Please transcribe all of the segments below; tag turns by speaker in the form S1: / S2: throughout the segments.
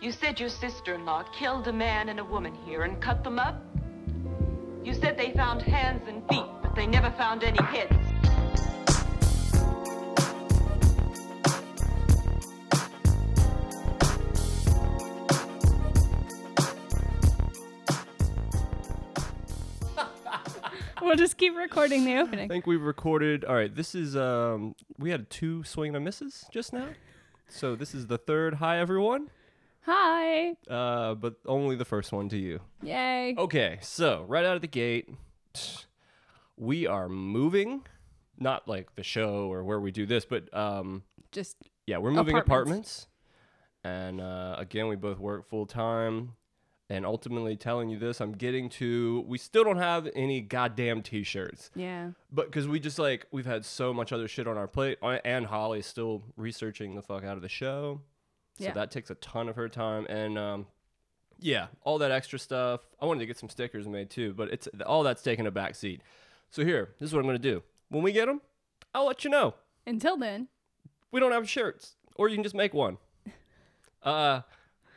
S1: You said your sister-in-law killed a man and a woman here and cut them up? You said they found hands and feet, but they never found any heads.
S2: We'll just keep recording the
S3: I
S2: opening.
S3: think we've recorded. All right, this is um we had two swing and misses just now. So this is the third. Hi everyone.
S2: Hi.
S3: Uh but only the first one to you.
S2: Yay.
S3: Okay, so right out of the gate, we are moving. Not like the show or where we do this, but um
S2: Just
S3: yeah, we're moving
S2: Apartments.
S3: apartments. And uh again, we both work full time. And ultimately telling you this, I'm getting to we still don't have any goddamn t-shirts.
S2: yeah.
S3: but because we just like we've had so much other shit on our plate I- and holly's still researching the fuck out of the show so
S2: Yeah.
S3: that takes a ton of her time and um yeah all that extra stuff i wanted to get some stickers made too but it's all that's taking a back seat so here this is what i'm gonna do when we get them i'll let you know
S2: Until then.
S3: we don't have shirts or you can just make one uh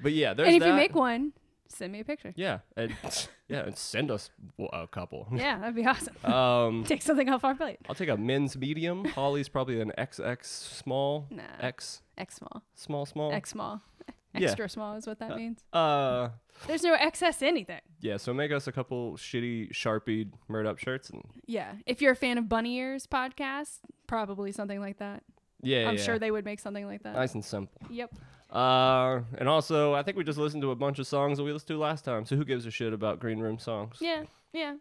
S3: but yeah there's
S2: and if
S3: that.
S2: you make one, send me a picture.
S3: yeah and, yeah and send us a couple
S2: Yeah, that'd be awesome.
S3: um
S2: Take something off our plate.
S3: I'll take a men's medium. Holly's probably an XX small.
S2: Nah.
S3: X
S2: X small.
S3: small small.
S2: X small.
S3: Oh. Yeah.
S2: Extra small is what that means.
S3: Uh
S2: There's no excess anything.
S3: yeah, so make us a couple shitty sharpie murd up shirts and
S2: Yeah. If you're a fan of Bunny Ears podcast, probably something like that.
S3: yeah.
S2: I'm
S3: yeah.
S2: sure they would make something like that.
S3: nice and simple.
S2: Yep.
S3: Uh and also I think we just listened to a bunch of songs that we listened to last time, so who gives a shit about green room songs?
S2: Yeah. Yeah.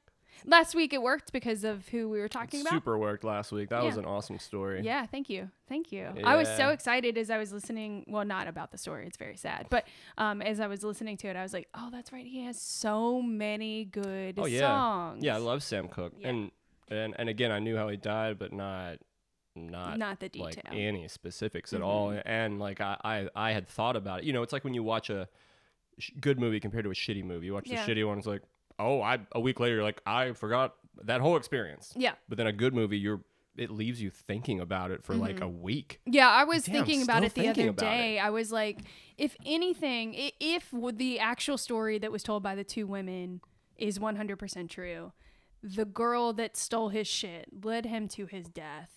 S2: Last week it worked because of who we were talking about.
S3: Super worked last week. That was
S2: Yeah.
S3: an awesome story.
S2: Yeah, thank you. Thank you. I was so
S3: Yeah.
S2: excited as I was listening. Well, not about the story, it's very sad. But um, as I was listening to it, I was like, oh, that's right. He has so many good
S3: Oh yeah.
S2: songs.
S3: Yeah, I love Sam Cooke.
S2: Yeah.
S3: And and and again I knew how he died, but not not
S2: Not the detail. Mm-hmm.
S3: like any specifics at all and like I, I i had thought about it you know it's like when you watch a sh- good movie compared to a shitty movie you watch
S2: Yeah.
S3: the shitty one it's like oh i a week later you're like i forgot that whole experience
S2: yeah.
S3: but then a good movie you're it leaves you thinking about it for like
S2: Mm-hmm.
S3: a week
S2: Yeah, I was
S3: Damn,
S2: thinking about
S3: still
S2: it the
S3: thinking
S2: other
S3: about it.
S2: day. I was like, if anything, i- if w- the actual story that was told by the two women is 100% true, the girl that stole his shit led him to his death.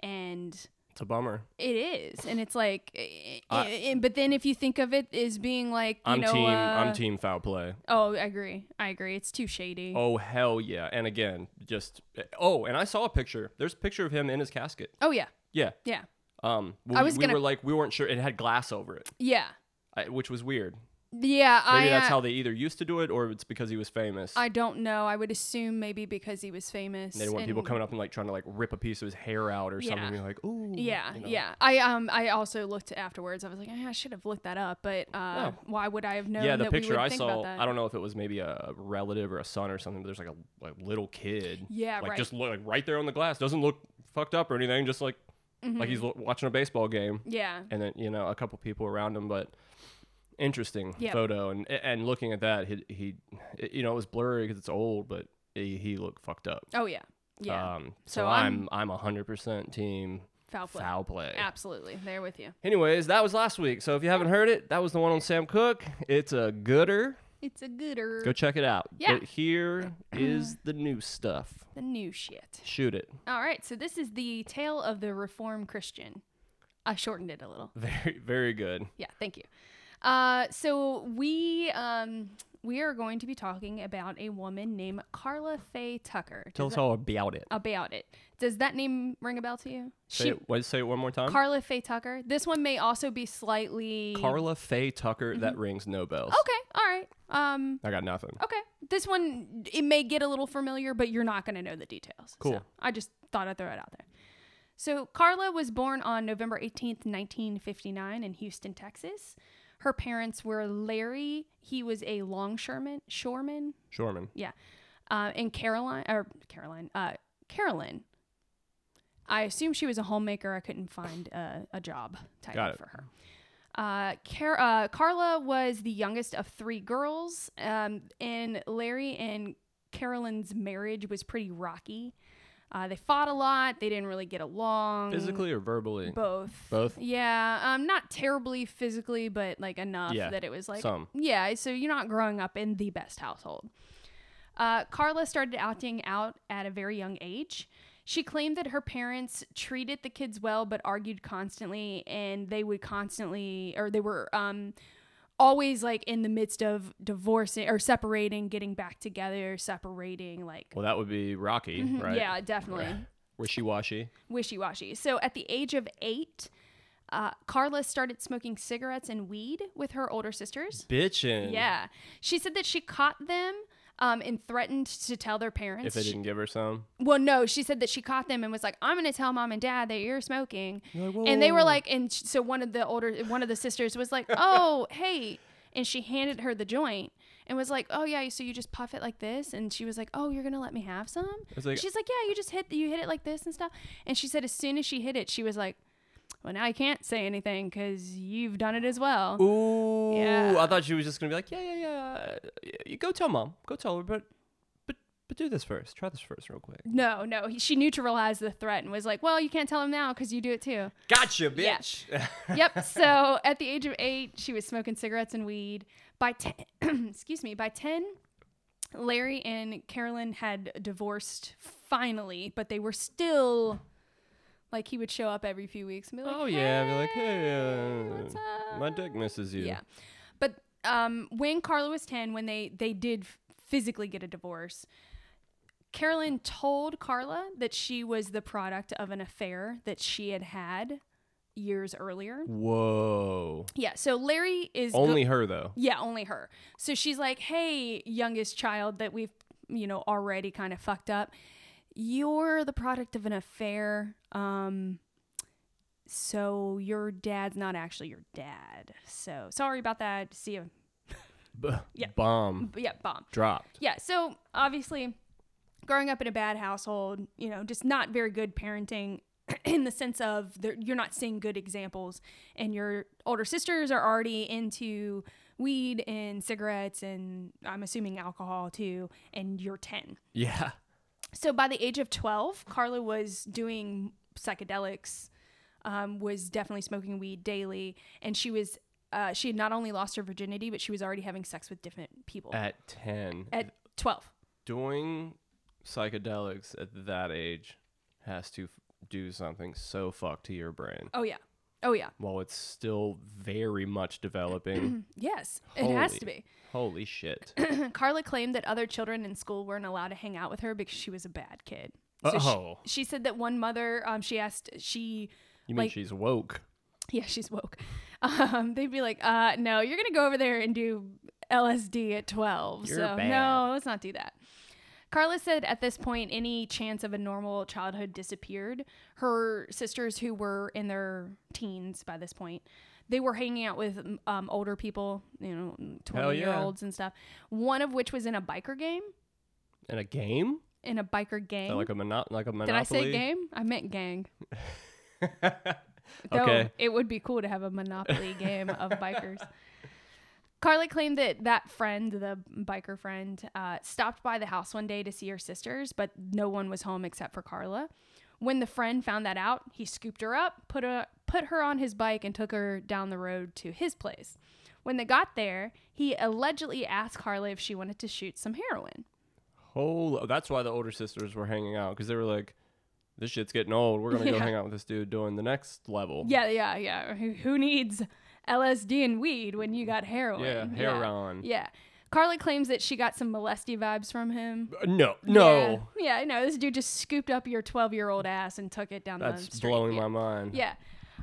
S2: And
S3: it's a bummer
S2: It is, and it's like, eh, i-
S3: I-
S2: i- i- but then if you think of it as being like, you
S3: i'm
S2: know,
S3: team i'm
S2: uh,
S3: team foul play
S2: Oh, I agree. I agree. It's too shady. Oh,
S3: oh hell yeah and again just oh and i saw a picture there's a picture of him in his casket
S2: Oh, yeah,
S3: yeah
S2: yeah,
S3: um we,
S2: I was
S3: we
S2: gonna-
S3: were like we weren't sure it had glass over it
S2: yeah,
S3: I, which was weird
S2: yeah.
S3: Maybe
S2: I
S3: that's
S2: uh,
S3: how they either used to do it, or it's because he was famous.
S2: I don't know. I would assume maybe because he was famous.
S3: they didn't want people
S2: and-
S3: coming up and like trying to like rip a piece of his hair out or
S2: Yeah.
S3: something. You're like, ooh.
S2: Yeah,
S3: you know.
S2: yeah. I um I also looked afterwards. I was like, "Eh, I should have looked that up, but uh,
S3: No.
S2: why would I have known?
S3: Oh. Yeah, the
S2: that we
S3: picture
S2: would
S3: I
S2: think
S3: saw,
S2: About that?
S3: I don't know if it was maybe a relative or a son or something, but there's like a like, little kid.
S2: Yeah,
S3: Like
S2: right.
S3: just look, like right there on the glass. Doesn't look fucked up or anything. Just like like he's
S2: Mm-hmm.
S3: lo- watching a baseball game.
S2: yeah,
S3: And then, you know, a couple people around him, but interesting
S2: Yeah.
S3: photo. And and looking at that, he, he it- you know, it was blurry because it's old, but he, he looked fucked up.
S2: oh yeah, yeah.
S3: Um, so,
S2: So
S3: I'm I'm a hundred percent team
S2: foul play.
S3: foul play.
S2: Absolutely, there with you.
S3: Anyways, that was last week. So if you haven't heard it, that was the one on Sam Cook. It's a gooder.
S2: It's a gooder.
S3: Go check it out.
S2: Er, Yeah.
S3: But here is the new stuff.
S2: the new shit.
S3: Shoot it.
S2: All right, so this is the tale of the Reformed Christian. I shortened it a little.
S3: Very very good.
S2: Yeah, thank you. Uh, so we um, we are going to be talking about a woman named Carla Faye Tucker.
S3: Tell us all about it.
S2: about it. Does that name ring a bell to you?
S3: Say it, what, say it one more time.
S2: Carla Faye Tucker. This one may also be slightly
S3: Carla Faye Tucker.
S2: Mm-hmm.
S3: That rings no bells.
S2: Okay, all right. Um,
S3: I got nothing.
S2: okay. This one it may get a little familiar, but you're not going to know the details.
S3: Cool.
S2: So I just thought I'd throw it out there. So Carla was born on November 18th, 1959 in Houston, Texas. Her parents were Larry, he was a longshoreman, shoreman,
S3: Shorman.
S2: yeah. Uh, and Caroline or Caroline, uh, Carolyn. I assume she was a homemaker. I couldn't find a, a job
S3: Got
S2: title
S3: it.
S2: for her. Uh, Car- uh, Carla was the youngest of three girls, um, and Larry and Carolyn's marriage was pretty rocky. Uh, they fought a lot. They didn't really get along.
S3: Physically or verbally?
S2: Mm. Both.
S3: Both?
S2: Yeah. Um, not terribly physically, but like enough
S3: Yeah,
S2: that it was like
S3: some.
S2: Yeah, so you're not growing up in the best household. Uh, Carla started acting out at a very young age. She claimed that her parents treated the kids well, but argued constantly, and they would constantly, or they were um, always like in the midst of divorcing or separating, getting back together, separating, like
S3: Well, that would be Rocky, right?
S2: Mm-hmm. yeah, definitely
S3: Wishy washy.
S2: wishy washy. So at the age of eight, uh, Carla started smoking cigarettes and weed with her older sisters.
S3: Bitchin'.
S2: Yeah. She said that she caught them um, and threatened to tell their parents.
S3: If they didn't give her some.
S2: She- well, no, she said that she caught them and was like, I'm going to tell mom and dad that you're smoking.
S3: You're like, "Whoa,
S2: and they
S3: whoa,
S2: were
S3: whoa."
S2: like, and sh- so one of the older, one of the sisters was like, oh, hey. And she handed her the joint and was like, oh, yeah, so you just puff it like this. And she was like, oh, you're going to let me have some?
S3: It's like-
S2: She's like, yeah, you just hit, you hit it like this and stuff. And she said, as soon as she hit it, she was like, well, now I can't say anything because you've done it as well.
S3: Ooh.
S2: Yeah.
S3: I thought she was just gonna be like, yeah, yeah, yeah. uh, y- Go tell mom. Go tell her, but, but, but do this first. Try this first, real quick.
S2: No, no. He, she neutralized the threat and was like, "Well, you can't tell him now because you do it too."
S3: Gotcha,
S2: Yeah.
S3: bitch.
S2: yep. So at the age of eight, she was smoking cigarettes and weed. By ten, excuse me, by ten, Larry and Carolyn had divorced finally, but they were still like he would show up every few weeks and be like,
S3: oh yeah. Be like,
S2: "Hey,
S3: hey,
S2: what's
S3: uh, my dick misses you.
S2: Yeah. But um, when Carla was 10, when they, they did f- physically get a divorce, Carolyn told Carla that she was the product of an affair that she had had years earlier.
S3: Whoa.
S2: Yeah. So Larry is. go-
S3: Only her though.
S2: yeah, only her. So she's like, hey, youngest child that we've, you know, already kind of fucked up. You're the product of an affair. Um, so your dad's not actually your dad. So sorry about that. See you.
S3: B-
S2: Yeah.
S3: Bomb
S2: But yeah, bomb.
S3: dropped.
S2: Yeah. So obviously, growing up in a bad household, you know, just not very good parenting in the sense of there- you're not seeing good examples, and your older sisters are already into weed and cigarettes and I'm assuming alcohol too, and you're 10.
S3: Yeah.
S2: So by the age of 12, Carla was doing psychedelics, um, was definitely smoking weed daily, and she was. Uh, she had not only lost her virginity, but she was already having sex with different people
S3: At ten,
S2: at 12.
S3: doing psychedelics at that age has to f- do something so fucked to your brain.
S2: Oh yeah. Oh yeah.
S3: While it's still very much developing.
S2: Yes. It has to be.
S3: Holy shit.
S2: Carla claimed that other children in school weren't allowed to hang out with her because she was a bad kid. So she-
S3: Oh.
S2: she, said that one mother, um, she asked she
S3: You mean
S2: Like-
S3: she's woke?
S2: yeah, she's woke. Um, they'd be like, uh, no, you're gonna go over there and do LSD at 12
S3: You're
S2: so
S3: bad.
S2: no, let's not do that. Carla said at this point, any chance of a normal childhood disappeared. Her sisters, who were in their teens by this point, they were hanging out with um, older people, you know, 20 year
S3: yeah.
S2: olds and stuff. One of which was in a biker game.
S3: In a game?
S2: In a biker gang.
S3: Is that like a mono- like a
S2: Did I
S3: monopoly?
S2: say game? I meant gang. Though
S3: okay.
S2: it would be cool to have a monopoly game of bikers. Carly claimed that that friend, the biker friend, uh, stopped by the house one day to see her sisters, but no one was home except for Carla. When the friend found that out, he scooped her up, put a put her on his bike, and took her down the road to his place. When they got there, he allegedly asked Carla if she wanted to shoot some heroin.
S3: Holy- oh, that's why the older sisters were hanging out because they were like, this shit's getting old. We're going to
S2: Yeah.
S3: go hang out with this dude doing the next level.
S2: Yeah, yeah, yeah. Who, who needs LSD and weed when you got heroin?
S3: Yeah. Heron.
S2: Yeah. Carly claims that she got some molesty vibes from him.
S3: Uh, No. No.
S2: Yeah, yeah, I know. This dude just scooped up your 12 year old ass and took it down
S3: That's
S2: the street.
S3: blowing
S2: yeah.
S3: my mind.
S2: Yeah.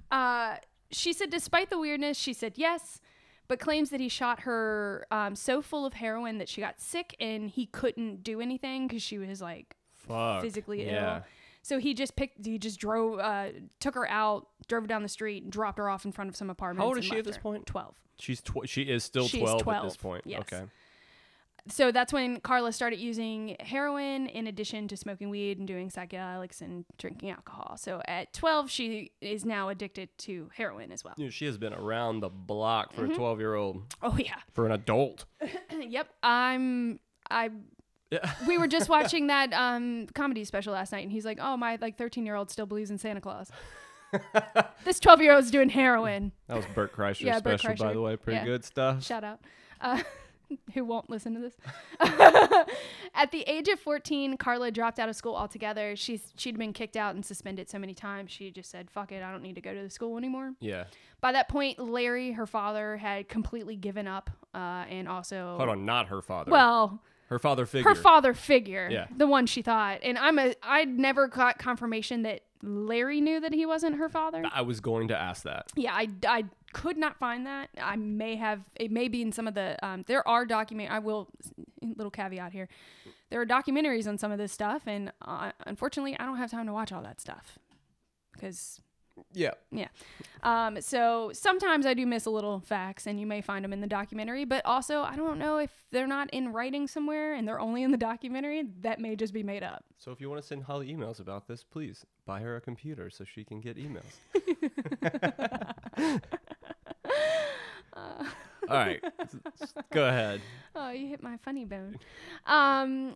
S2: Uh, she said, despite the weirdness, she said yes, but claims that he shot her um, so full of heroin that she got sick and he couldn't do anything because she was like
S3: Fuck.
S2: physically
S3: yeah.
S2: ill. So he just picked, he just drove, uh, took her out, drove her down the street, and dropped her off in front of some apartments.
S3: old
S2: and
S3: is she
S2: left
S3: at this
S2: her.
S3: point?
S2: 12.
S3: She's tw- she is still
S2: She's
S3: 12, at this
S2: 12,
S3: point.
S2: yes.
S3: Okay.
S2: so that's when Carla started using heroin in addition to smoking weed and doing psychedelics and drinking alcohol. So at 12, she is now addicted to heroin as well.
S3: You know, she has been around the block
S2: Mm-hmm.
S3: for a 12 year old,
S2: Oh yeah.
S3: for an adult.
S2: yep. I'm I
S3: Yeah.
S2: we were just watching that um, comedy special last night, and he's like, "Oh, my like 13 year old still believes in Santa Claus. this 12 year old's doing heroin.
S3: That was Burt Kreischer
S2: Yeah, Burt
S3: special, by
S2: Kreischer.
S3: the way. Pretty
S2: Yeah.
S3: good stuff.
S2: Shout out." Uh, who won't listen to this? At the age of 14, Carla dropped out of school altogether. She's she'd been kicked out and suspended so many times. She just said, "Fuck it, I don't need to go to the school anymore."
S3: Yeah.
S2: By that point, Larry, her father, had completely given up, uh, and also
S3: Hold on, not her father.
S2: well,
S3: her father figure.
S2: her father figure,
S3: Yeah.
S2: the one she thought. And I'm a I never got confirmation that Larry knew that he wasn't her father.
S3: I was going to ask that.
S2: Yeah, I, I could not find that. I may have it may be in some of the um, there are document. I will little caveat here. There are documentaries on some of this stuff, and uh, unfortunately, I don't have time to watch all that stuff because
S3: Yeah.
S2: yeah. Um, so sometimes I do miss a little facts, and you may find them in the documentary. But also, I don't know if they're not in writing somewhere and they're only in the documentary. That may just be made up.
S3: So if you want to send Holly emails about this, please buy her a computer so she can get emails.
S2: Uh,
S3: All right. S- s- Go ahead.
S2: Oh, you hit my funny bone. Um,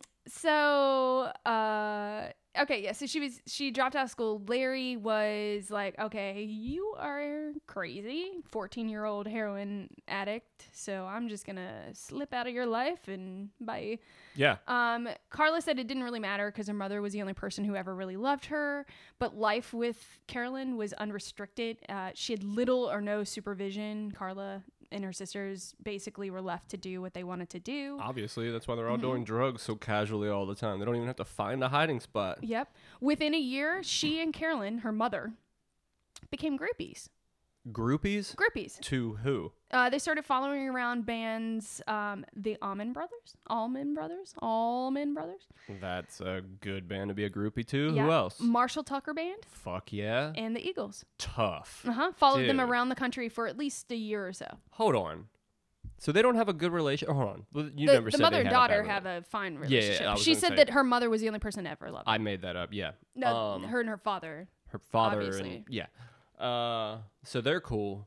S2: so uh, okay, yeah. So she was she dropped out of school. Larry was like, okay, you are crazy, fourteen year old heroin addict. So I'm just gonna slip out of your life and bye.
S3: Yeah.
S2: Um, Carla said it didn't really matter because her mother was the only person who ever really loved her. But life with Carolyn was unrestricted. Uh, she had little or no supervision. Carla and her sisters basically were left to do what they wanted to do.
S3: Obviously, that's why they're
S2: mm-hmm.
S3: all doing drugs so casually all the time. They don't even have to find a hiding spot.
S2: Yep. Within a year, she and Carolyn, her mother, became groupies.
S3: Groupies?
S2: Groupies.
S3: to who?
S2: Uh, they started following around bands, um, the Almond Brothers, Almond Brothers, Almond Brothers.
S3: That's a good band to be a groupie to.
S2: Yeah. Mm. Eh.
S3: Who else?
S2: Marshall Tucker Band
S3: Fuck yeah.
S2: and the Eagles.
S3: Tough.
S2: Uh huh. Followed them
S3: Dude.
S2: around the country for at least a year or so.
S3: Hold on. So they don't have a good relation. Hold on. Well, You
S2: the the
S3: never said
S2: mother
S3: they
S2: and
S3: had
S2: daughter
S3: a bad
S2: have a fine
S3: yeah,
S2: relationship.
S3: I was
S2: she
S3: gonna
S2: said
S3: say-
S2: that her mother was the only person to ever love her.
S3: I made that up. Yeah.
S2: No,
S3: Um,
S2: her and her father.
S3: her father
S2: obviously.
S3: and yeah. Uh, so they're cool.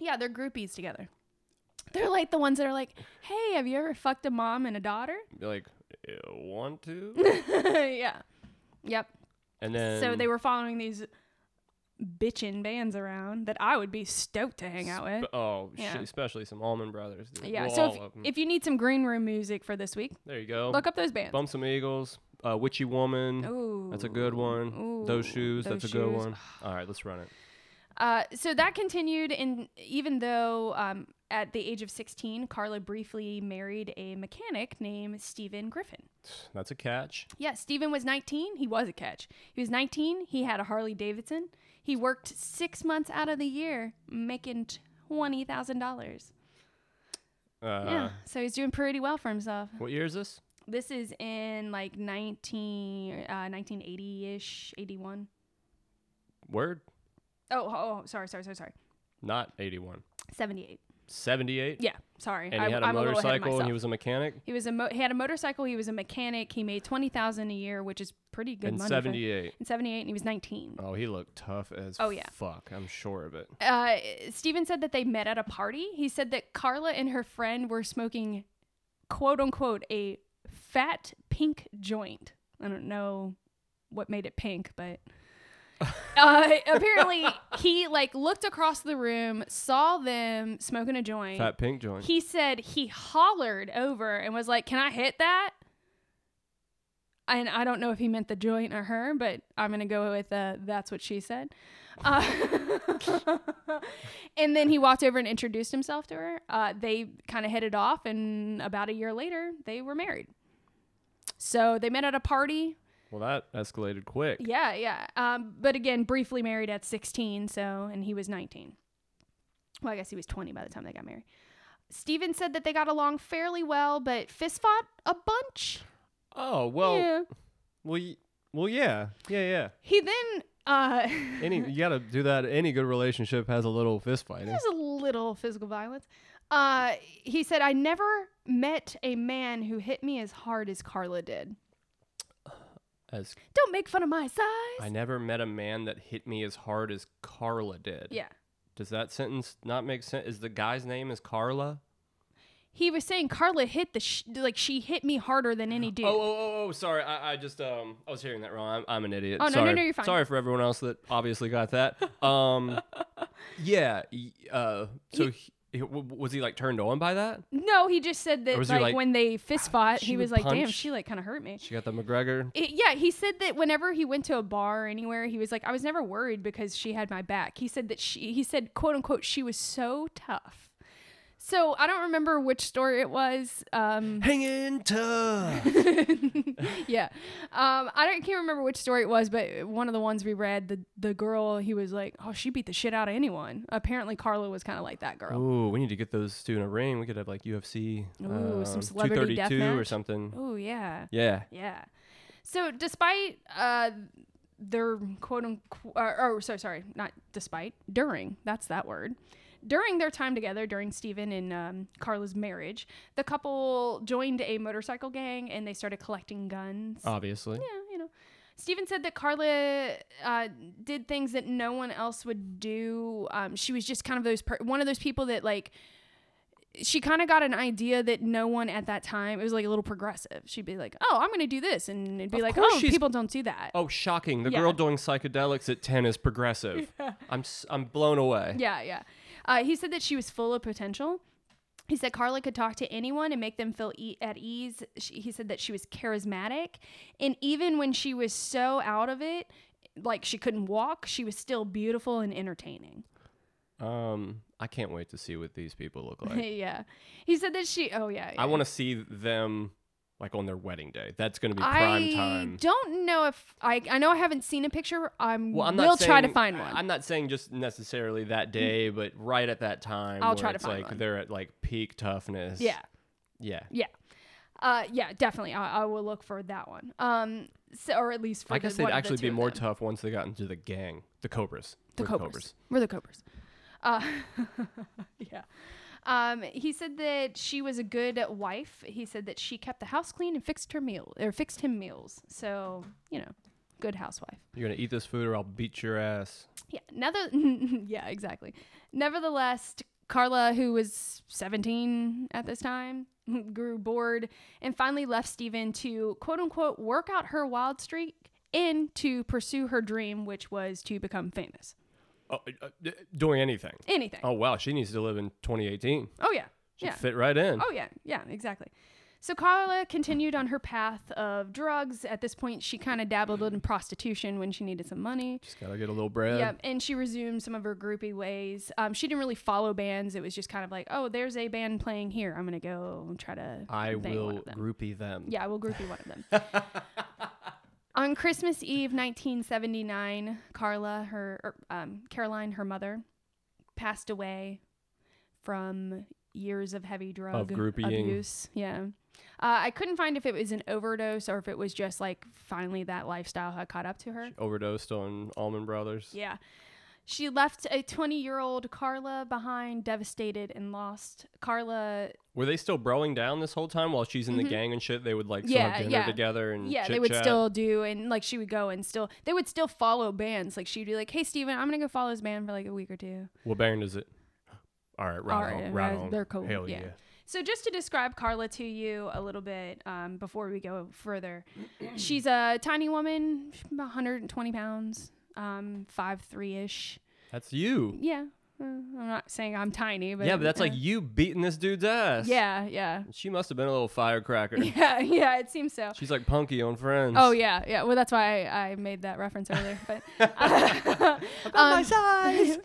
S2: Yeah, they're groupies together. They're like the ones that are like, "Hey, have you ever fucked a mom and a daughter?"
S3: Be like "Eh, want to,
S2: yeah. Yep.
S3: and then
S2: so they were following these bitchin' bands around that I would be stoked to hang out with.
S3: sp- oh,
S2: Yeah.
S3: shit, especially some Almond Brothers. dude.
S2: yeah.
S3: Well, um,
S2: So
S3: all of 'em.
S2: if, if you need some green room music for this week,
S3: there you go.
S2: look up those bands.
S3: Bump some Eagles. Uh, Witchy Woman.
S2: Ooh.
S3: That's a good one. those
S2: Ooh,
S3: shoes.
S2: those
S3: that's a good
S2: shoes.
S3: one. All right, let's run it.
S2: Uh, so that continued, and even though um, at the age of 16, Carla briefly married a mechanic named Stephen Griffin.
S3: That's a catch.
S2: Yeah, Stephen was 19. He was a catch. He was 19. He had a Harley Davidson. He worked six months out of the year, making $20,000.
S3: Uh,
S2: yeah, so he's doing pretty well for himself.
S3: What year is this?
S2: This is in like 19, uh, 1980-ish, 81.
S3: Word.
S2: Oh, oh, oh, sorry, sorry, sorry, sorry.
S3: Not 81.
S2: 78.
S3: 78.
S2: Yeah, sorry.
S3: And he had a
S2: I'm little ahead of
S3: motorcycle and
S2: myself.
S3: he was a mechanic.
S2: He was a mo- he had a motorcycle. He was a mechanic. He made twenty thousand a year, which is pretty good
S3: In
S2: money. for-
S3: 78.
S2: in seventy eight, and he was nineteen.
S3: Oh, he looked tough as
S2: Oh, yeah.
S3: fuck. I'm sure of it.
S2: Uh, Steven said that they met at a party. He said that Carla and her friend were smoking, quote unquote, a fat pink joint. I don't know what made it pink, but uh, apparently he like looked across the room, saw them smoking a joint.
S3: Fat pink joint.
S2: He said he hollered over and was like, "Can I hit that?" And I don't know if he meant the joint or her, but I'm gonna go with uh, that's what she said. Uh, and then he walked over and introduced himself to her. Uh, they kind of hit it off, and about a year later, they were married. So they met at a party.
S3: well, that escalated quick.
S2: Yeah, yeah. Um, but again, briefly married at 16, so, and he was 19. Well, I guess he was 20 by the time they got married. Steven said that they got along fairly well, but fist fought a bunch.
S3: Oh, well,
S2: yeah.
S3: well, y- well, yeah. Yeah, yeah.
S2: He then, uh,
S3: Any you got to do that. Any good relationship has a little fist fighting.
S2: there's a little physical violence. Uh, he said, I never met a man who hit me as hard as Carla did.
S3: As
S2: Don't make fun of my size.
S3: I never met a man that hit me as hard as Carla did.
S2: yeah.
S3: Does that sentence not make sense? Is the guy's name is Carla?
S2: He was saying Carla hit the sh- like she hit me harder than any dude.
S3: Oh, oh, oh, oh, sorry. I, I just um, I was hearing that wrong. I'm, I'm an idiot.
S2: Oh, no, no,
S3: sorry.
S2: no, you're fine.
S3: Sorry for everyone else that obviously got that. Um, yeah. y- Uh, so he, he- w- w- was he like turned on by that?
S2: No, he just said that
S3: Or
S2: like,
S3: was he like, "Ah,
S2: when they fist fought,
S3: she
S2: he was
S3: would
S2: like, "Damn,
S3: punch?"
S2: she like kind of hurt me."
S3: She got the McGregor.
S2: It- yeah, he said that whenever he went to a bar or anywhere, he was like, "I was never worried because she had my back." He said that she, he said, "quote unquote," she was so tough. So I don't remember which story it was. Um,
S3: Hanging tough.
S2: yeah. Um, I don't can't remember which story it was, but one of the ones we read, the the girl, he was like, "Oh, she beat the shit out of anyone." Apparently, Carla was kind of like that girl.
S3: Ooh, we need to get those two in a ring. We could have like UFC.
S2: Ooh, some
S3: um,
S2: celebrity
S3: 232 or
S2: deathmatch.
S3: something.
S2: Oh yeah,
S3: Yeah.
S2: yeah. So despite uh, their quote unquote, or, or sorry, sorry, not despite, during that's that word. During their time together, during Stephen and um, Carla's marriage, the couple joined a motorcycle gang and they started collecting guns.
S3: Obviously.
S2: yeah, you know. Steven said that Carla uh, did things that no one else would do. Um, she was just kind of those per- one of those people that like she kind of got an idea that no one at that time it was like a little progressive. She'd be like, "Oh, I'm going to do this," and it'd be
S3: Of
S2: like,
S3: course
S2: "Oh,
S3: she's-
S2: people don't do that."
S3: Oh, shocking. The
S2: Yeah.
S3: girl doing psychedelics at 10 is progressive. I'm, s- I'm blown away.
S2: Yeah, yeah. Uh, he said that she was full of potential. He said Carla could talk to anyone and make them feel e- at ease. She, he said that she was charismatic. And even when she was so out of it, like she couldn't walk, she was still beautiful and entertaining.
S3: Um, I can't wait to see what these people look like.
S2: yeah. He said that she, oh, yeah.
S3: I
S2: yeah.
S3: want to see them like on their wedding day. That's going to be prime
S2: I
S3: time.
S2: don't know if I. I know I haven't seen a picture. I'm.
S3: Well, I'm
S2: we'll
S3: not
S2: try to
S3: saying-
S2: find
S3: I-
S2: one. Mm.
S3: I'm not saying just necessarily that day, but right at that time.
S2: I'll
S3: where
S2: try to
S3: it's
S2: find
S3: like
S2: one.
S3: they're at like peak toughness.
S2: yeah.
S3: Yeah.
S2: Yeah. Uh, yeah, definitely. I, I will look for that one. Um, so, or at least for
S3: I
S2: the
S3: guess
S2: one
S3: they'd
S2: of the
S3: actually
S2: two
S3: be
S2: of
S3: more
S2: them.
S3: tough once they got into the gang, the Cobras.
S2: the
S3: We're
S2: Cobras. We're the Cobras. Uh, yeah. Um, he said that she was a good wife. He said that she kept the house clean and fixed her meal or fixed him meals. So you know, good housewife.
S3: You're gonna eat this food, or I'll beat your ass.
S2: Yeah. Never. yeah. Exactly. Nevertheless, Carla, who was 17 at this time, grew bored and finally left Steven to quote unquote work out her wild streak and to pursue her dream, which was to become famous.
S3: Oh, uh, uh, doing anything.
S2: Anything.
S3: Oh wow, she needs to live in 2018.
S2: Oh yeah.
S3: She'd
S2: yeah.
S3: fit right in.
S2: Oh yeah, yeah, exactly. So Carla continued on her path of drugs. At this point, she kind of dabbled in prostitution when she needed some money.
S3: Just gotta get a little bread.
S2: Yep, and she resumed some of her groupie ways. Um, she didn't really follow bands. It was just kind of like, oh, there's a band playing here. I'm gonna go and try to.
S3: I
S2: bang one
S3: will
S2: of them.
S3: groupie them.
S2: Yeah, I will groupie one of them. On Christmas Eve, 1979, Carla, her er, um, Caroline, her mother, passed away from years of heavy drug
S3: groupieing.
S2: abuse. Yeah, uh, I couldn't find if it was an overdose or if it was just like finally that lifestyle had caught up to her.
S3: Overdosed on Almond Brothers.
S2: Yeah. She left a 20 year old Carla behind, devastated and lost. Carla
S3: Were they still broing down this whole time while she's in the gang and shit? They would like still
S2: Mm-hmm. Yeah,
S3: have dinner
S2: yeah.
S3: together and
S2: yeah they would
S3: chit-chat?
S2: still do and like she would go and still they would still follow bands like she'd be like hey steven i'm gonna go follow this band for like a week or two
S3: What band is it? All right, right,
S2: All
S3: on,
S2: right,
S3: right
S2: right,
S3: on.
S2: they're cool,
S3: Hell
S2: yeah.
S3: yeah.
S2: so just to describe carla to you a little bit um, before we go further she's a tiny woman about 120 pounds um, 5'3ish
S3: That's you.
S2: yeah uh, i'm not saying i'm tiny but
S3: yeah, but that's like
S2: uh,
S3: you beating this dude's ass.
S2: yeah yeah
S3: She must have been a little firecracker.
S2: yeah yeah it seems so
S3: She's like Punky on Friends.
S2: Oh yeah, yeah. Well, that's why I, I made that reference earlier. But uh, um, my size.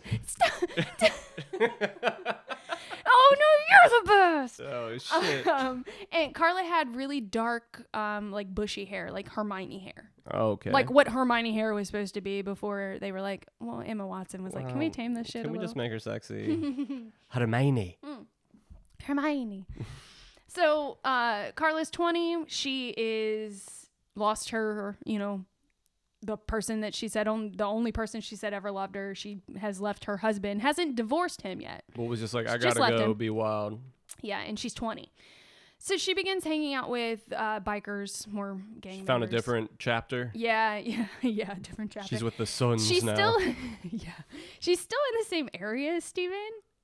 S2: oh no, you're the best.
S3: Oh shit.
S2: Um, and Carla had really dark, um, like bushy hair, like Hermione hair,
S3: okay.
S2: like what Hermione hair was supposed to be before they were like, well, Emma Watson was like, can we
S3: Wow.
S2: tame this shit?
S3: Can
S2: a
S3: we just
S2: little?" Mm.
S3: make her sexy? Hermione.
S2: Hermione. so uh, Carla's twenty. She is lost her, you know, the person that she said on the only person she said ever loved her. She has left her husband, hasn't divorced him yet.
S3: What was just like I
S2: She just
S3: gotta
S2: left
S3: go
S2: him.
S3: be wild.
S2: Yeah, and she's twenty. So she begins hanging out with uh, bikers, more gang.
S3: Found a
S2: members.
S3: different chapter.
S2: Yeah, yeah, yeah, different chapter.
S3: She's with the sons
S2: she's
S3: now.
S2: still, yeah, she's still in the same area as Steven,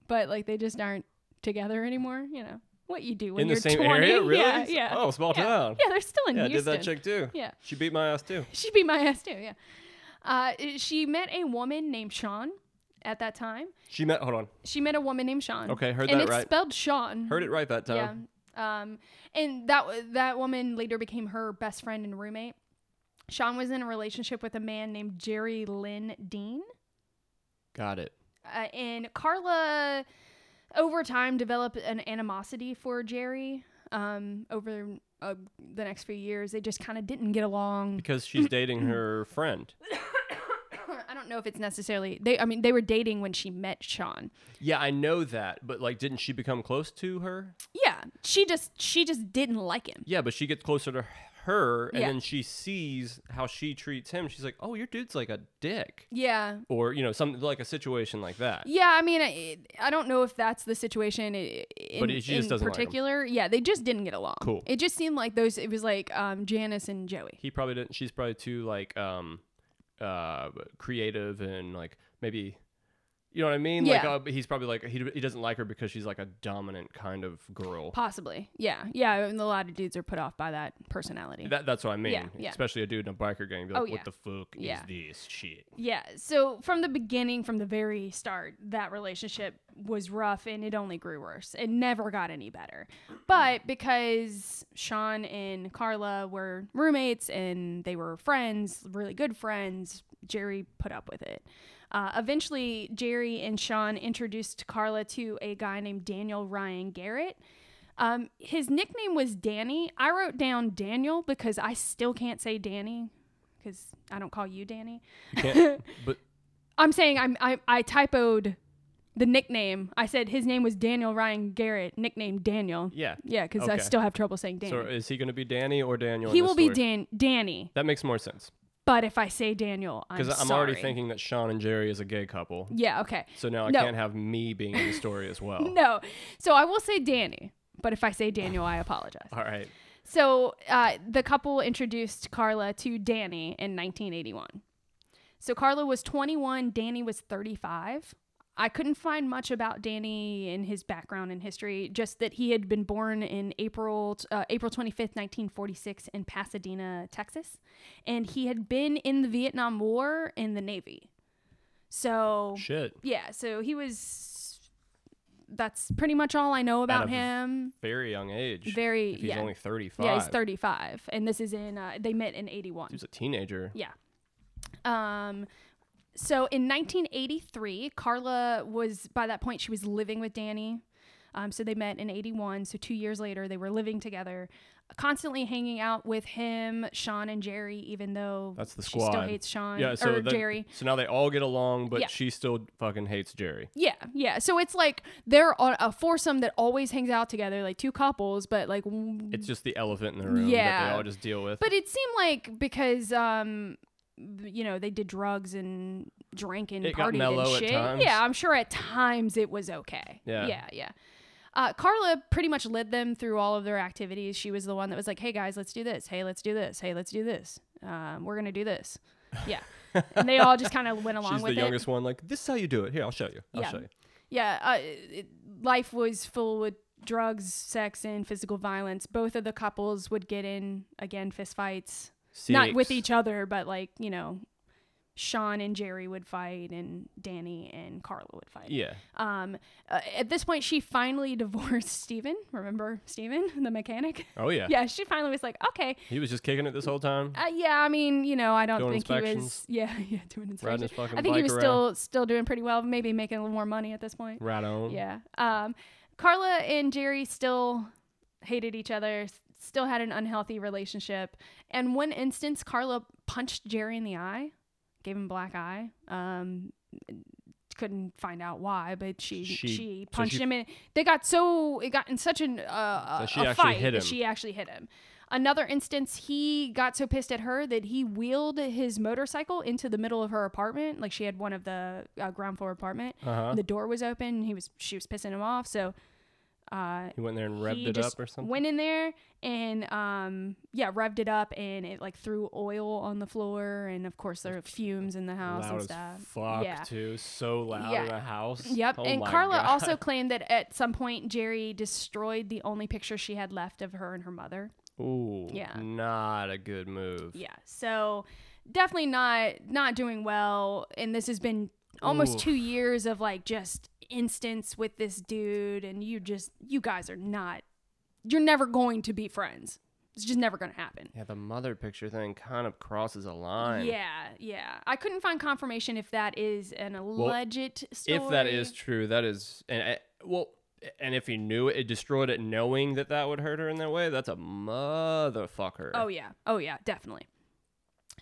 S2: but like they just aren't together anymore. You know, what you do when
S3: in the
S2: you're
S3: same
S2: 20.
S3: area, really?
S2: Yeah, yeah.
S3: Oh, small
S2: yeah.
S3: town.
S2: Yeah, they're still in
S3: Yeah, I did
S2: Houston.
S3: that chick too.
S2: Yeah.
S3: She beat my ass too.
S2: She beat my ass too. Yeah. Uh, she met a woman named Sean at that time.
S3: She met. Hold on.
S2: She met a woman named Sean.
S3: Okay, heard
S2: and
S3: that
S2: it's
S3: right.
S2: spelled Sean.
S3: Heard it right that time.
S2: Yeah. Um, and that wa- that woman later became her best friend and roommate. Sean was in a relationship with a man named Jerry Lynn Dean,
S3: Got it.
S2: uh, and Carla over time developed an animosity for Jerry. Um, over uh, the next few years, they just kind of didn't get along.
S3: Because she's dating her friend.
S2: I don't know if it's necessarily they. I mean, they were dating when she met Sean.
S3: Yeah, I know that, but like, didn't she become close to her?
S2: Yeah, she just she just didn't like him.
S3: Yeah, but she gets closer to her, and
S2: Yeah.
S3: then she sees how she treats him. She's like, "Oh, your dude's like a dick,"
S2: Yeah,
S3: or you know, something like a situation like that.
S2: yeah. I mean, I, I don't know if that's the situation. i- In,
S3: But it- she just
S2: in
S3: doesn't like him.
S2: particular. yeah, they just didn't get along.
S3: Cool.
S2: It just seemed like those. It was like um, Janice and Joey.
S3: He probably didn't. She's probably too like um, uh, creative and like maybe. You know what I mean? Like
S2: Yeah.
S3: uh, he's probably like he, he doesn't like her because she's like a dominant kind of girl.
S2: Possibly. Yeah, yeah. And a lot of dudes are put off by that personality.
S3: That, that's what I mean.
S2: yeah.
S3: Especially a dude in a biker gang. Be like,
S2: Oh, yeah.
S3: what the fuck
S2: Yeah.
S3: is this shit?
S2: yeah. So from the beginning, from the very start, that relationship was rough, and it only grew worse. It never got any better. But because Sean and Carla were roommates and they were friends, really good friends, Jerry put up with it. Uh, eventually, Jerry and Sean introduced Carla to a guy named Daniel Ryan Garrett. Um, his nickname was Danny. I wrote down Daniel because I still can't say Danny because I don't call you Danny.
S3: You can't. but
S2: I'm saying I'm, I I typoed the nickname. I said his name was Daniel Ryan Garrett, nickname Daniel.
S3: yeah.
S2: Yeah, because I
S3: Okay.
S2: still have trouble saying Danny.
S3: So is he going to be Danny or Daniel? in
S2: he
S3: this
S2: will be
S3: story?
S2: Dan Danny,
S3: That makes more sense
S2: but if I say Daniel, I'm
S3: because I'm,
S2: sorry.
S3: already thinking that Sean and Jerry is a gay couple.
S2: Yeah. Okay.
S3: So now I
S2: No.
S3: can't have me being in the story as well.
S2: No. So I will say Danny, but if I say Daniel, I apologize.
S3: All right.
S2: So uh, the couple introduced Carla to Danny in 1981. So Carla was 21, Danny was 35. I couldn't find much about Danny and his background and history, just that he had been born in April uh, April 25th, 1946 in Pasadena, Texas, and he had been in the Vietnam War in the Navy. So
S3: Shit.
S2: yeah, so he was that's pretty much all I know about
S3: of-
S2: him.
S3: Very young age.
S2: Very
S3: If he's
S2: yeah.
S3: only 35.
S2: Yeah, he's 35, and this is in uh, they met in 81.
S3: He was a teenager.
S2: Yeah. Um, so in 1983, Carla was by that point she was living with Danny. Um, so they met in 81. So two years later, they were living together, constantly hanging out with him, Sean, and Jerry. Even though
S3: That's the
S2: she
S3: squad.
S2: still hates Sean
S3: Yeah. So
S2: or
S3: that-
S2: Jerry.
S3: So now they all get along, but
S2: Yeah.
S3: she still fucking hates Jerry.
S2: Yeah, yeah. So it's like they're on a foursome that always hangs out together, like two couples, but like w-
S3: It's just the elephant in the room that
S2: Yeah.
S3: they all just deal with.
S2: But it seemed like because um you know they did drugs and drank and
S3: It got
S2: partied and
S3: mellow at
S2: shit.
S3: times.
S2: Yeah, I'm sure at times it was okay.
S3: Yeah.
S2: yeah, yeah. Uh, Carla pretty much led them through all of their activities. She was the one that was like, "Hey guys, let's do this. Hey, let's do this. Hey, let's do this. Um, we're gonna do this." Yeah, and they all just kind of went along
S3: She's
S2: with
S3: the
S2: it.
S3: youngest one. Like this is how you do it. Here, I'll show you. I'll
S2: Yeah.
S3: show you.
S2: Yeah, uh, it, life was full with drugs, sex, and physical violence. Both of the couples would get in again fistfights. not with
S3: Six.
S2: each other, but like you know, Sean and Jerry would fight, and Danny and Carla would fight.
S3: Yeah.
S2: Um, uh, at this point, she finally divorced Steven. Remember Steven, the mechanic?
S3: Oh yeah.
S2: Yeah, she finally was like, okay,
S3: He was just kicking it this whole time.
S2: uh, yeah. I mean, you know, I don't
S3: Doing
S2: think he was.
S3: inspections.
S2: Yeah, yeah, doing
S3: Riding
S2: inspections.
S3: his fucking
S2: I think
S3: bike
S2: he was
S3: around.
S2: still still doing pretty well. Maybe making a little more money at this point.
S3: right on.
S2: Yeah. Um, Carla and Jerry still hated each other, s- still had an unhealthy relationship. And one instance, Carla punched Jerry in the eye, gave him a black eye. Um, couldn't find out why, but she she,
S3: She- so
S2: punched
S3: she-
S2: him, and they got so it got in such an uh,
S3: So
S2: a-
S3: she
S2: a
S3: actually
S2: fight
S3: hit
S2: that
S3: him.
S2: she actually hit him. Another instance, he got so pissed at her that he wheeled his motorcycle into the middle of her apartment. Like she had one of the uh, ground floor apartment,
S3: Uh huh.
S2: the door was open. He was she was pissing him off. So Uh,
S3: He went there and revved
S2: he
S3: it
S2: just
S3: up or something.
S2: Went in there and um yeah, revved it up and it like threw oil on the floor and of course there are fumes in the house
S3: loud
S2: and
S3: as
S2: stuff.
S3: fuck
S2: yeah.
S3: too. So loud in
S2: Yeah.
S3: the house.
S2: Yep.
S3: Oh
S2: and
S3: my
S2: Carla
S3: God.
S2: also claimed that at some point Jerry destroyed the only picture she had left of her and her mother.
S3: Ooh.
S2: Yeah.
S3: Not a good move.
S2: Yeah. So definitely not not doing well and this has been almost
S3: Oof.
S2: 2 years of like just instance with this dude and you just you guys are not you're never going to be friends. It's just never going to happen.
S3: Yeah, the mother picture thing kind of crosses a line.
S2: Yeah, yeah. I couldn't find confirmation if that is an alleged story.
S3: If that is true, that is and I, well, and if he knew it, it destroyed it, knowing that that would hurt her in that way. That's a motherfucker.
S2: Oh yeah. Oh yeah, definitely.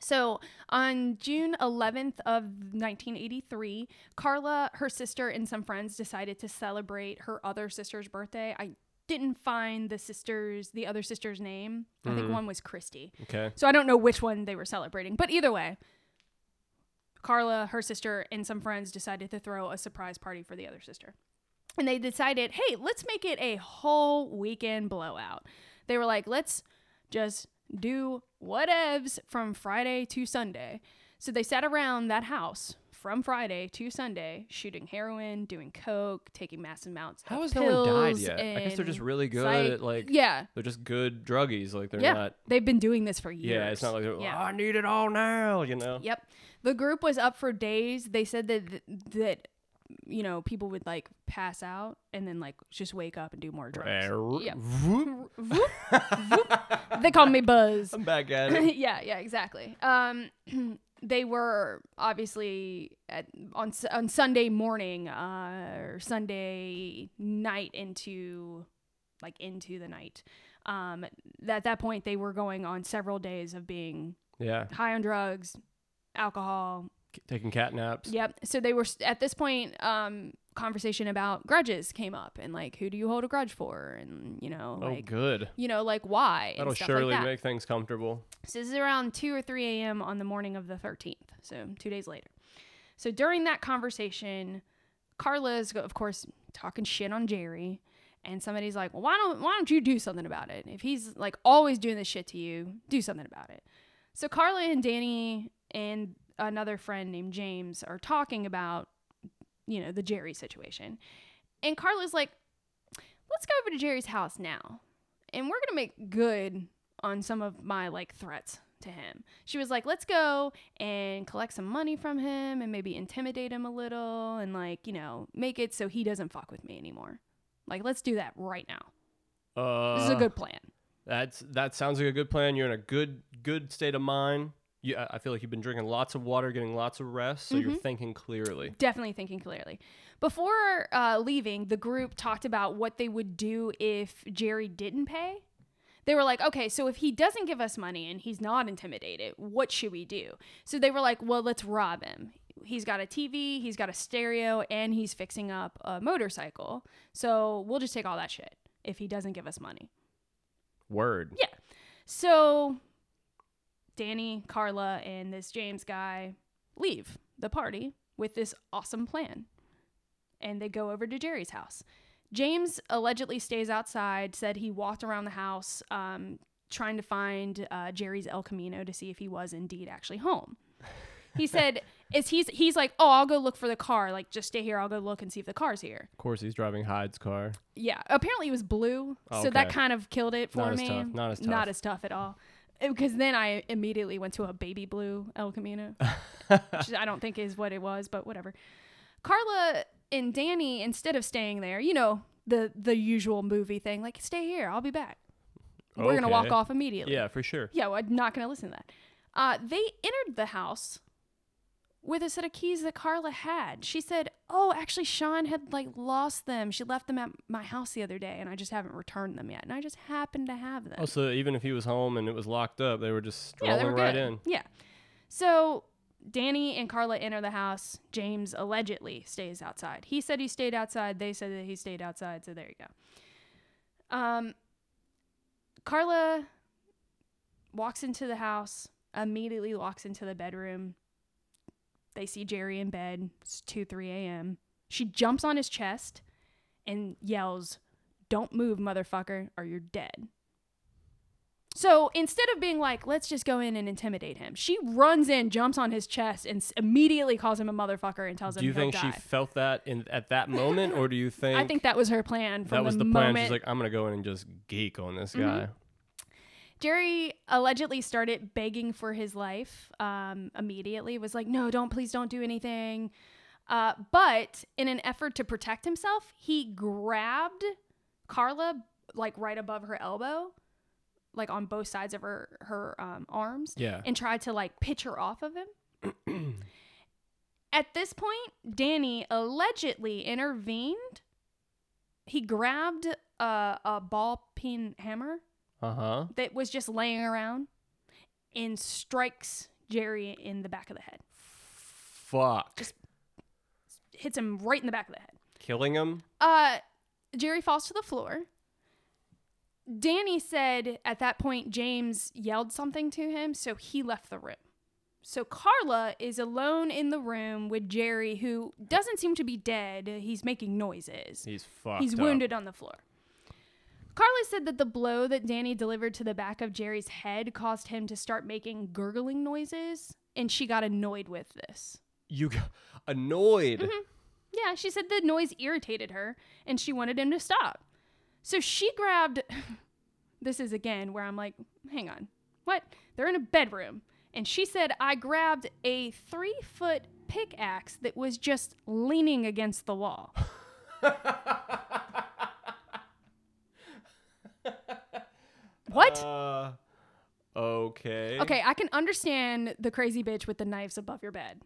S2: So on June 11th of 1983, Carla, her sister, and some friends decided to celebrate her other sister's birthday. I didn't find the sister's, the other sister's name. I think one was Christy.
S3: Okay.
S2: So I don't know which one they were celebrating, but either way, Carla, her sister, and some friends decided to throw a surprise party for the other sister. And they decided, hey, let's make it a whole weekend blowout. They were like, let's just do whatevs from Friday to Sunday. So they sat around that house from Friday to Sunday, shooting heroin, doing coke, taking massive amounts.
S3: How
S2: of
S3: has no one died
S2: pills
S3: yet? I guess they're just
S2: and
S3: really good
S2: psych-
S3: at like.
S2: yeah,
S3: They're just good druggies. Like they're
S2: yeah.
S3: not.
S2: They've been doing this for years.
S3: Yeah, it's not like they're,
S2: Yeah.
S3: "Oh, I need it all now. You know.
S2: Yep. The group was up for days. They said that that you know, people would like pass out and then like just wake up and do more
S3: Eh,
S2: drugs. Yeah.
S3: Whoop.
S2: Whoop, whoop. They called me Buzz.
S3: I'm back at it.
S2: yeah, yeah, exactly. Um they were obviously at, on S- on Sunday morning uh or Sunday night into like into the night. Um at that point they were going on several days of being
S3: Yeah.
S2: high on drugs, alcohol,
S3: Taking cat naps.
S2: Yep. So they were at this point. Um, conversation about grudges came up, and like, who do you hold a grudge for, and you know,
S3: Oh,
S2: like,
S3: good.
S2: you know, like why, and
S3: That'll
S2: stuff
S3: surely
S2: like that.
S3: make things comfortable.
S2: So this is around 2 or 3 a.m. on the morning of the 13th, so two days later. So during that conversation, Carla's, go- of course, talking shit on Jerry. And somebody's like, well, why don't why don't you do something about it? If he's like always doing this shit to you, do something about it. So Carla and Danny and another friend named James are talking about, you know, the Jerry situation. And Carla's like, let's go over to Jerry's house now. And we're gonna make good on some of my like threats to him. She was like, "Let's go and collect some money from him and maybe intimidate him a little and like, you know, make it so he doesn't fuck with me anymore." Like, let's do that right now.
S3: Uh,
S2: This is a good plan.
S3: That's that sounds like a good plan. You're in a good good state of mind. You, I I feel like you've been drinking lots of water, getting lots of rest, so
S2: Mm-hmm.
S3: you're thinking clearly.
S2: Definitely thinking clearly. Before uh, leaving, the group talked about what they would do if Jerry didn't pay. They were like, okay, so if he doesn't give us money and he's not intimidated, what should we do? So they were like, well, let's rob him. He's got a TV, he's got a stereo, and he's fixing up a motorcycle. So we'll just take all that shit if he doesn't give us money.
S3: Word.
S2: Yeah. So Danny, Carla, and this James guy leave the party with this awesome plan. And they go over to Jerry's house. James allegedly stays outside, said he walked around the house um, trying to find uh, Jerry's El Camino to see if he was indeed actually home. He said, "Is he's he's like, oh, I'll go look for the car. Like, just stay here. I'll go look and see if the car's here."
S3: Of course, he's driving Hyde's car.
S2: Yeah, apparently it was blue, so that
S3: Oh, Okay.
S2: kind of killed it for
S3: Not as
S2: me.
S3: tough, not as tough.
S2: Not as tough at all. Because then I immediately went to a baby blue El Camino, which I don't think is what it was, but whatever. Carla and Danny, instead of staying there, you know the the usual movie thing, like stay here, I'll be back. We're gonna walk
S3: Okay.
S2: off immediately.
S3: Yeah, for sure.
S2: yeah, well, I'm not gonna listen to that. Uh, they entered the house with a set of keys that Carla had. She said, "Oh, actually, Sean had like lost them. She left them at my house the other day, and I just haven't returned them yet. And I just happened to have them.
S3: Also, even if he was home and it was locked up, they were just
S2: yeah,
S3: strolling
S2: they were
S3: right
S2: good.
S3: in.
S2: Yeah. So Danny and Carla enter the house. James allegedly stays outside. He said he stayed outside. They said that he stayed outside. So there you go. Um, Carla walks into the house, immediately walks into the bedroom. They see Jerry in bed. It's 2 3 a.m. She jumps on his chest and yells, Don't move, motherfucker, or you're dead. So instead of being like, let's just go in and intimidate him, she runs in, jumps on his chest, and s- immediately calls him a motherfucker and tells him
S3: Do you
S2: he'll
S3: think
S2: die.
S3: she felt that in at that moment, or do you think,
S2: I think that was her plan from
S3: that was
S2: the,
S3: the, plan?
S2: moment Mm-hmm.
S3: She's like, I'm gonna go in and just geek on this guy.
S2: Jerry allegedly started begging for his life um, immediately, was like, no, don't, please don't do anything. Uh, but in an effort to protect himself, he grabbed Carla like right above her elbow, like on both sides of her, her um, arms,
S3: Yeah.
S2: and tried to like pitch her off of him. At this point, Danny allegedly intervened. He grabbed a, a ball pin hammer
S3: Uh huh.
S2: that was just laying around and strikes Jerry in the back of the head.
S3: Fuck.
S2: Just- Hits him right in the back of the head.
S3: Killing him.
S2: Uh, Jerry falls to the floor. Danny said at that point James yelled something to him, so he left the room. So Carla is alone in the room with Jerry, who doesn't seem to be dead. He's making noises.
S3: He's fucked.
S2: He's
S3: up.
S2: wounded on the floor. Carly said that the blow that Danny delivered to the back of Jerry's head caused him to start making gurgling noises, and she got annoyed with this.
S3: You got annoyed.
S2: Yeah, she said the noise irritated her, and she wanted him to stop. So she grabbed. this is again where I'm like, hang on. What? They're in a bedroom. And she said, I grabbed a three foot pickaxe that was just leaning against the wall. Mm-hmm. what?
S3: Uh, okay.
S2: Okay, I can understand the crazy bitch with the knives above your bed.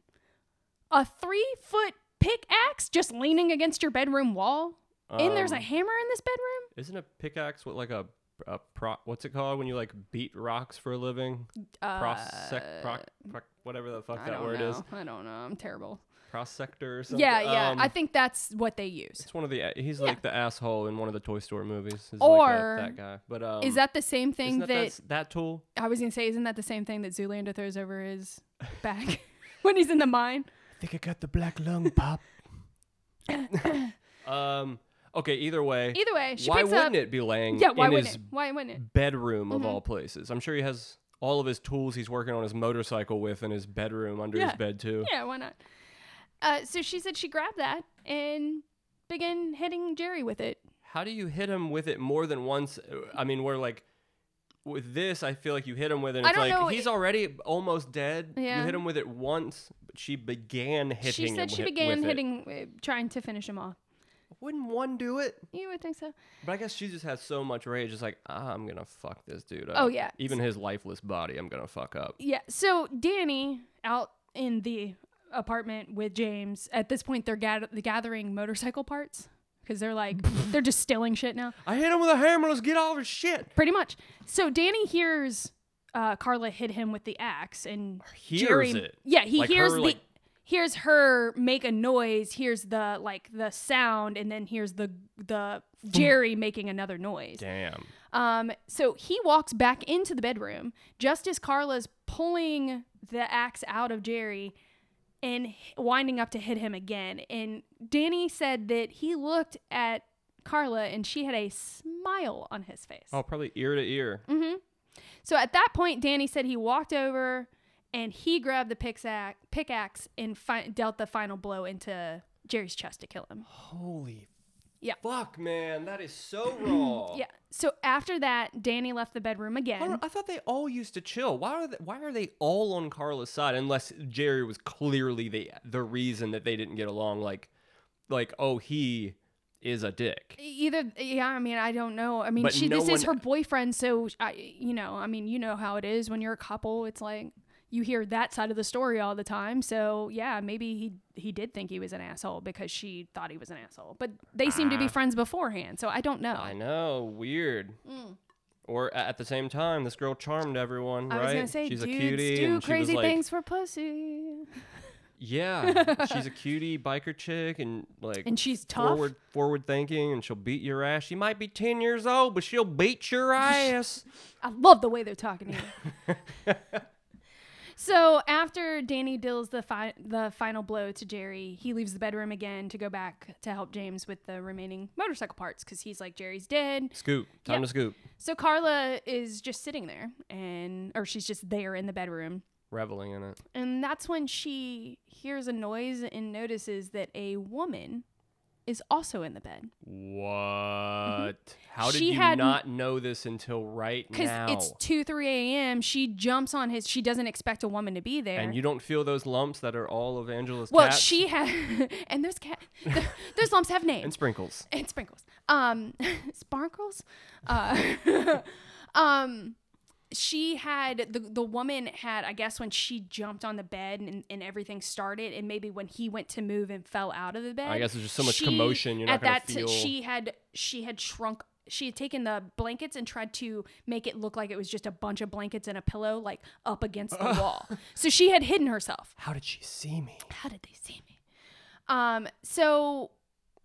S2: A three foot pickaxe just leaning against your bedroom wall, and there's a
S3: Um,
S2: hammer in this bedroom.
S3: Isn't a pickaxe what like a a pro? What's it called when you like beat rocks for a living? Prosec, proc, proc, whatever the fuck
S2: Uh, I
S3: that
S2: don't
S3: word
S2: know.
S3: is.
S2: I don't know. I'm terrible.
S3: Prosector or something.
S2: Yeah, yeah.
S3: Um,
S2: I think that's what they use.
S3: it's one of the. uh, He's like the asshole in one of the Toy Story movies. Is
S2: Or-
S3: like that, that guy. But um,
S2: Is that the same
S3: isn't
S2: thing that,
S3: that, that that tool?
S2: I was gonna say? Isn't that the same thing that Zoolander throws over his back when he's in the mine?
S3: I think I got the black lung pop. um. Okay. Either way.
S2: Either way, she
S3: why
S2: picks
S3: wouldn't
S2: up.
S3: it be laying
S2: yeah, why
S3: in
S2: wouldn't
S3: his
S2: it? Mm-hmm. Why wouldn't it?
S3: bedroom of all places? I'm sure he has all of his tools he's working on his motorcycle with in his bedroom under
S2: Yeah.
S3: his bed too.
S2: Yeah, why not? Uh, so she said she grabbed that and began hitting Jerry with it.
S3: How do you hit him with it more than once? I mean, we're like with this, I feel like you hit him with it. And
S2: I
S3: it's
S2: don't
S3: like
S2: know,
S3: he's already almost dead.
S2: Yeah.
S3: You hit him with it once, but she began hitting.
S2: she
S3: him
S2: said she
S3: with-
S2: began
S3: with it.
S2: hitting, uh, trying to finish him off.
S3: Wouldn't one do it?
S2: You would think so.
S3: But I guess she just has so much rage. It's like ah, I'm gonna fuck this dude. Up.
S2: Oh, yeah.
S3: even his lifeless body, I'm gonna fuck up.
S2: Yeah. So Danny out in the apartment with James. At this point, they're gather- gathering motorcycle parts because they're like they're just stealing shit now.
S3: I hit him with a hammer. Let's get all of his shit.
S2: Pretty much. So Danny hears uh, Carla hit him with the axe, and
S3: Hears
S2: Jerry,
S3: it.
S2: Yeah, he
S3: Like
S2: hears
S3: her,
S2: the
S3: like-
S2: hears her make a noise, hears the like the sound, and then hears the the Jerry making another noise.
S3: Damn.
S2: Um, so he walks back into the bedroom just as Carla's pulling the axe out of Jerry and h- winding up to hit him again. And Danny said that he looked at Carla and she had a smile on his face.
S3: Oh, probably ear to ear.
S2: Mm. So at that point, Danny said he walked over and he grabbed the pickaxe, pickaxe and fi- dealt the final blow into Jerry's chest to kill him.
S3: Holy
S2: Yeah.
S3: fuck, man. That is so raw.
S2: Yeah. So after that, Danny left the bedroom
S3: I,
S2: again.
S3: don't- I thought they all used to chill. Why are they, why are they all on Carla's side unless Jerry was clearly the the reason that they didn't get along like like oh he is a dick.
S2: E-, Either, yeah, I mean, I don't know. I mean,
S3: But
S2: she,
S3: no
S2: this is her
S3: one-
S2: boyfriend, so I, you know, I mean, you know how it is when you're a couple. It's like you hear that side of the story all the time. So yeah, maybe he he did think he was an asshole because she thought he was an asshole. But they seem to be friends beforehand, so I don't know.
S3: Ah. I know, weird. Or a- at the same time, this girl charmed everyone,
S2: Mm. I
S3: right?
S2: was gonna say,
S3: she's
S2: dudes
S3: a cutie,
S2: do
S3: and she was
S2: crazy
S3: like,
S2: things for pussy,
S3: Yeah, she's a cutie biker chick, and like,
S2: and she's tough.
S3: forward forward thinking, and she'll beat your ass. She might be ten years old, but she'll beat your ass.
S2: I love the way they're talking to you. So after Danny deals the fi- the final blow to Jerry, he leaves the bedroom again to go back to help James with the remaining motorcycle parts because he's like Jerry's dead.
S3: Scoop. Time
S2: Yeah.
S3: to scoop.
S2: So Carla is just sitting there, and or she's just there in the bedroom,
S3: Reveling in it.
S2: and that's when she hears a noise and notices that a woman is also in the bed
S3: What? How did
S2: Mm-hmm. She
S3: you
S2: had-
S3: not know this until right
S2: because
S3: now?
S2: it's two three a.m. She jumps on his. She doesn't expect a woman to be there.
S3: and you don't feel those lumps that are all of Angela's
S2: well,
S3: cats?
S2: she had, and those cat, th- those lumps have names.
S3: and sprinkles.
S2: and sprinkles. Um, sparkles. Uh, um, she had the the woman had I guess when she jumped on the bed and, and everything started, and maybe when he went to move and fell out of the bed.
S3: I guess there's just so much commotion, you're not
S2: at
S3: gonna
S2: that t-
S3: feel-
S2: she had she had shrunk. She had taken the blankets and tried to make it look like it was just a bunch of blankets and a pillow, like up against the wall. So she had hidden herself.
S3: How did she see me?
S2: How did they see me? Um, so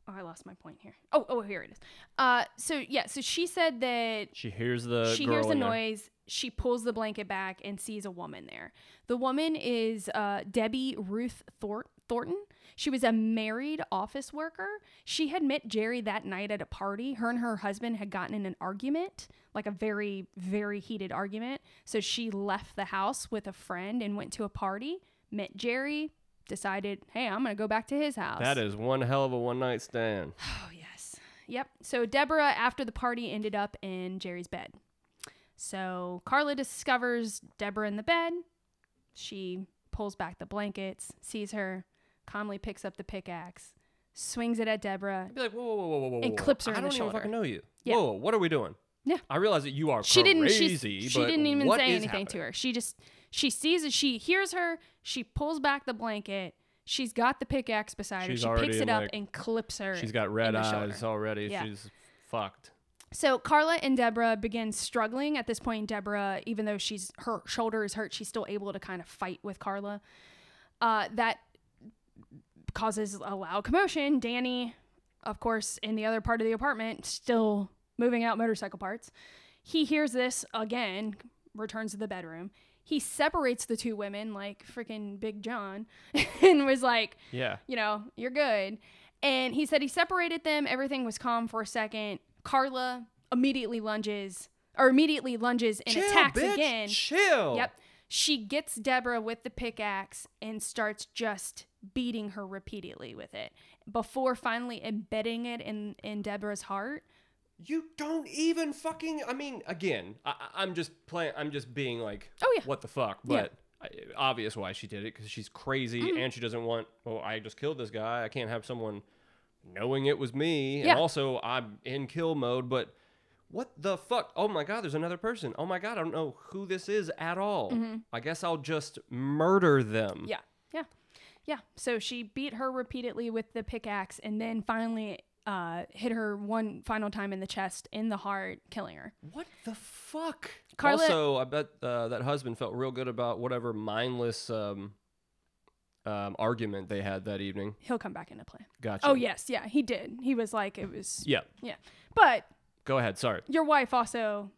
S2: oh, I lost my point here. Oh, oh, here it is. Uh, so yeah, so she said that
S3: She hears the
S2: she
S3: girl
S2: hears a
S3: in there.
S2: noise. She pulls the blanket back and sees a woman there. The woman is uh, Debbie Ruth Thor- Thornton. She was a married office worker. She had met Jerry that night at a party. Her and her husband had gotten in an argument, like a very, very heated argument. So she left the house with a friend and went to a party, met Jerry, decided, hey, I'm going to go back to his house.
S3: That is one hell of a one night stand.
S2: Oh, yes. Yep. So Deborah, after the party, ended up in Jerry's bed. So Carla discovers Deborah in the bed. She pulls back the blankets, sees her, calmly picks up the pickaxe, swings it at Deborah.
S3: I'd be like, whoa, whoa, whoa, whoa, whoa, whoa.
S2: And
S3: whoa.
S2: clips her
S3: I
S2: in the
S3: don't even
S2: shoulder.
S3: fucking know you.
S2: Yeah.
S3: Whoa, what are we doing?
S2: Yeah.
S3: I realize that you are
S2: She didn't. She,
S3: crazy.
S2: she
S3: but
S2: didn't even
S3: what
S2: say
S3: is
S2: anything to
S3: happening?
S2: her. She just she sees it. She hears her. She pulls back the blanket. She's got the pickaxe beside
S3: She's
S2: her. She
S3: already
S2: picks
S3: in,
S2: it up
S3: like-
S2: and clips her.
S3: She's got red
S2: in the
S3: eyes
S2: shoulder.
S3: already.
S2: Yeah.
S3: She's fucked.
S2: So Carla and Deborah begin struggling. At this point, Deborah, even though she's her shoulder is hurt, she's still able to kind of fight with Carla. Uh, that causes a loud commotion. Danny, of course, in the other part of the apartment, still moving out motorcycle parts. He hears this again, returns to the bedroom. He separates the two women like freaking Big John and was like,
S3: Yeah.
S2: you know, you're good. And he said he separated them. Everything was calm for a second. Carla immediately lunges or immediately lunges and attacks again.
S3: Chill.
S2: Yep. She gets Deborah with the pickaxe and starts just beating her repeatedly with it before finally embedding it in, in Deborah's heart.
S3: You don't even fucking. I mean, again, I, I- I'm just playing. I'm just being like,
S2: Oh, yeah.
S3: what the fuck?
S2: Yeah. Mm-hmm.
S3: But I- obvious why she did it because she's crazy and she doesn't want. Oh, I just killed this guy. I can't have someone knowing it was me.
S2: Yeah.
S3: And also, I'm in kill mode. But what the fuck? Oh my god, there's another person. Oh my god, I don't know who this is at all.
S2: Mm-hmm.
S3: I guess I'll just murder them.
S2: Yeah. Yeah. Yeah. So she beat her repeatedly with the pickaxe and then finally uh, hit her one final time in the chest, in the heart, killing her.
S3: What the fuck?
S2: Carla-
S3: also, I bet uh, that husband felt real good about whatever mindless um, um, argument they had that evening.
S2: He'll come back into play.
S3: Gotcha.
S2: Oh yes, yeah, he did. He was like it was
S3: Yeah.
S2: yeah. But
S3: Go ahead. Sorry.
S2: your wife also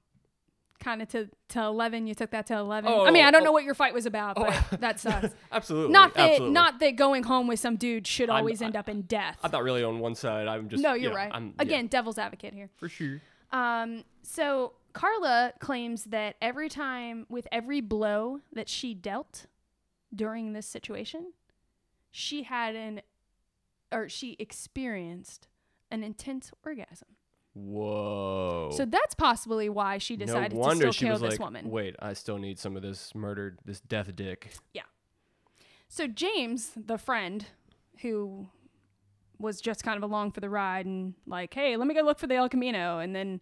S2: kind of to to 11, you took that to 11.
S3: Oh,
S2: I mean, I don't
S3: oh.
S2: know what your fight was about, but that sucks.
S3: Absolutely.
S2: not that
S3: Absolutely.
S2: not that going home with some dude should
S3: I'm-
S2: always end up in death.
S3: I'm not really on one side. I'm just.
S2: no, you're
S3: yeah,
S2: right.
S3: I'm, yeah,
S2: Again, devil's advocate here.
S3: for sure.
S2: Um, so Carla claims that every time, with every blow that she dealt during this situation, she had an, or she experienced an intense orgasm.
S3: Whoa.
S2: So that's possibly why she decided
S3: Oh. no
S2: to
S3: wonder
S2: still
S3: she
S2: kill
S3: was
S2: this
S3: like,
S2: woman.
S3: wait, I still need some of this murdered, this death dick.
S2: So James, the friend, who was just kind of along for the ride and like, hey, let me go look for the El Camino, and then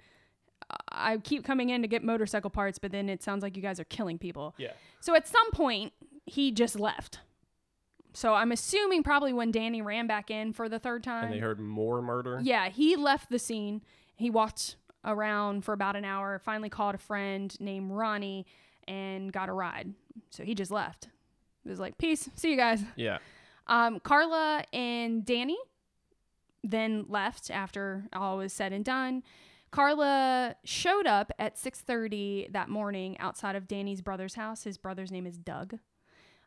S2: uh, I I keep coming in to get motorcycle parts, but then it sounds like you guys are killing people.
S3: Yeah.
S2: So at some point, he just left. So I'm assuming probably when Danny ran back in for the third time.
S3: And they heard more murder.
S2: Yeah, he left the scene. He walked around for about an hour, finally called a friend named Ronnie and got a ride. So he just left. It was like, peace, see you guys.
S3: Yeah.
S2: Um, Carla and Danny then left after all was said and done. Carla showed up at 6:30 that morning outside of Danny's brother's house. His brother's name is Doug.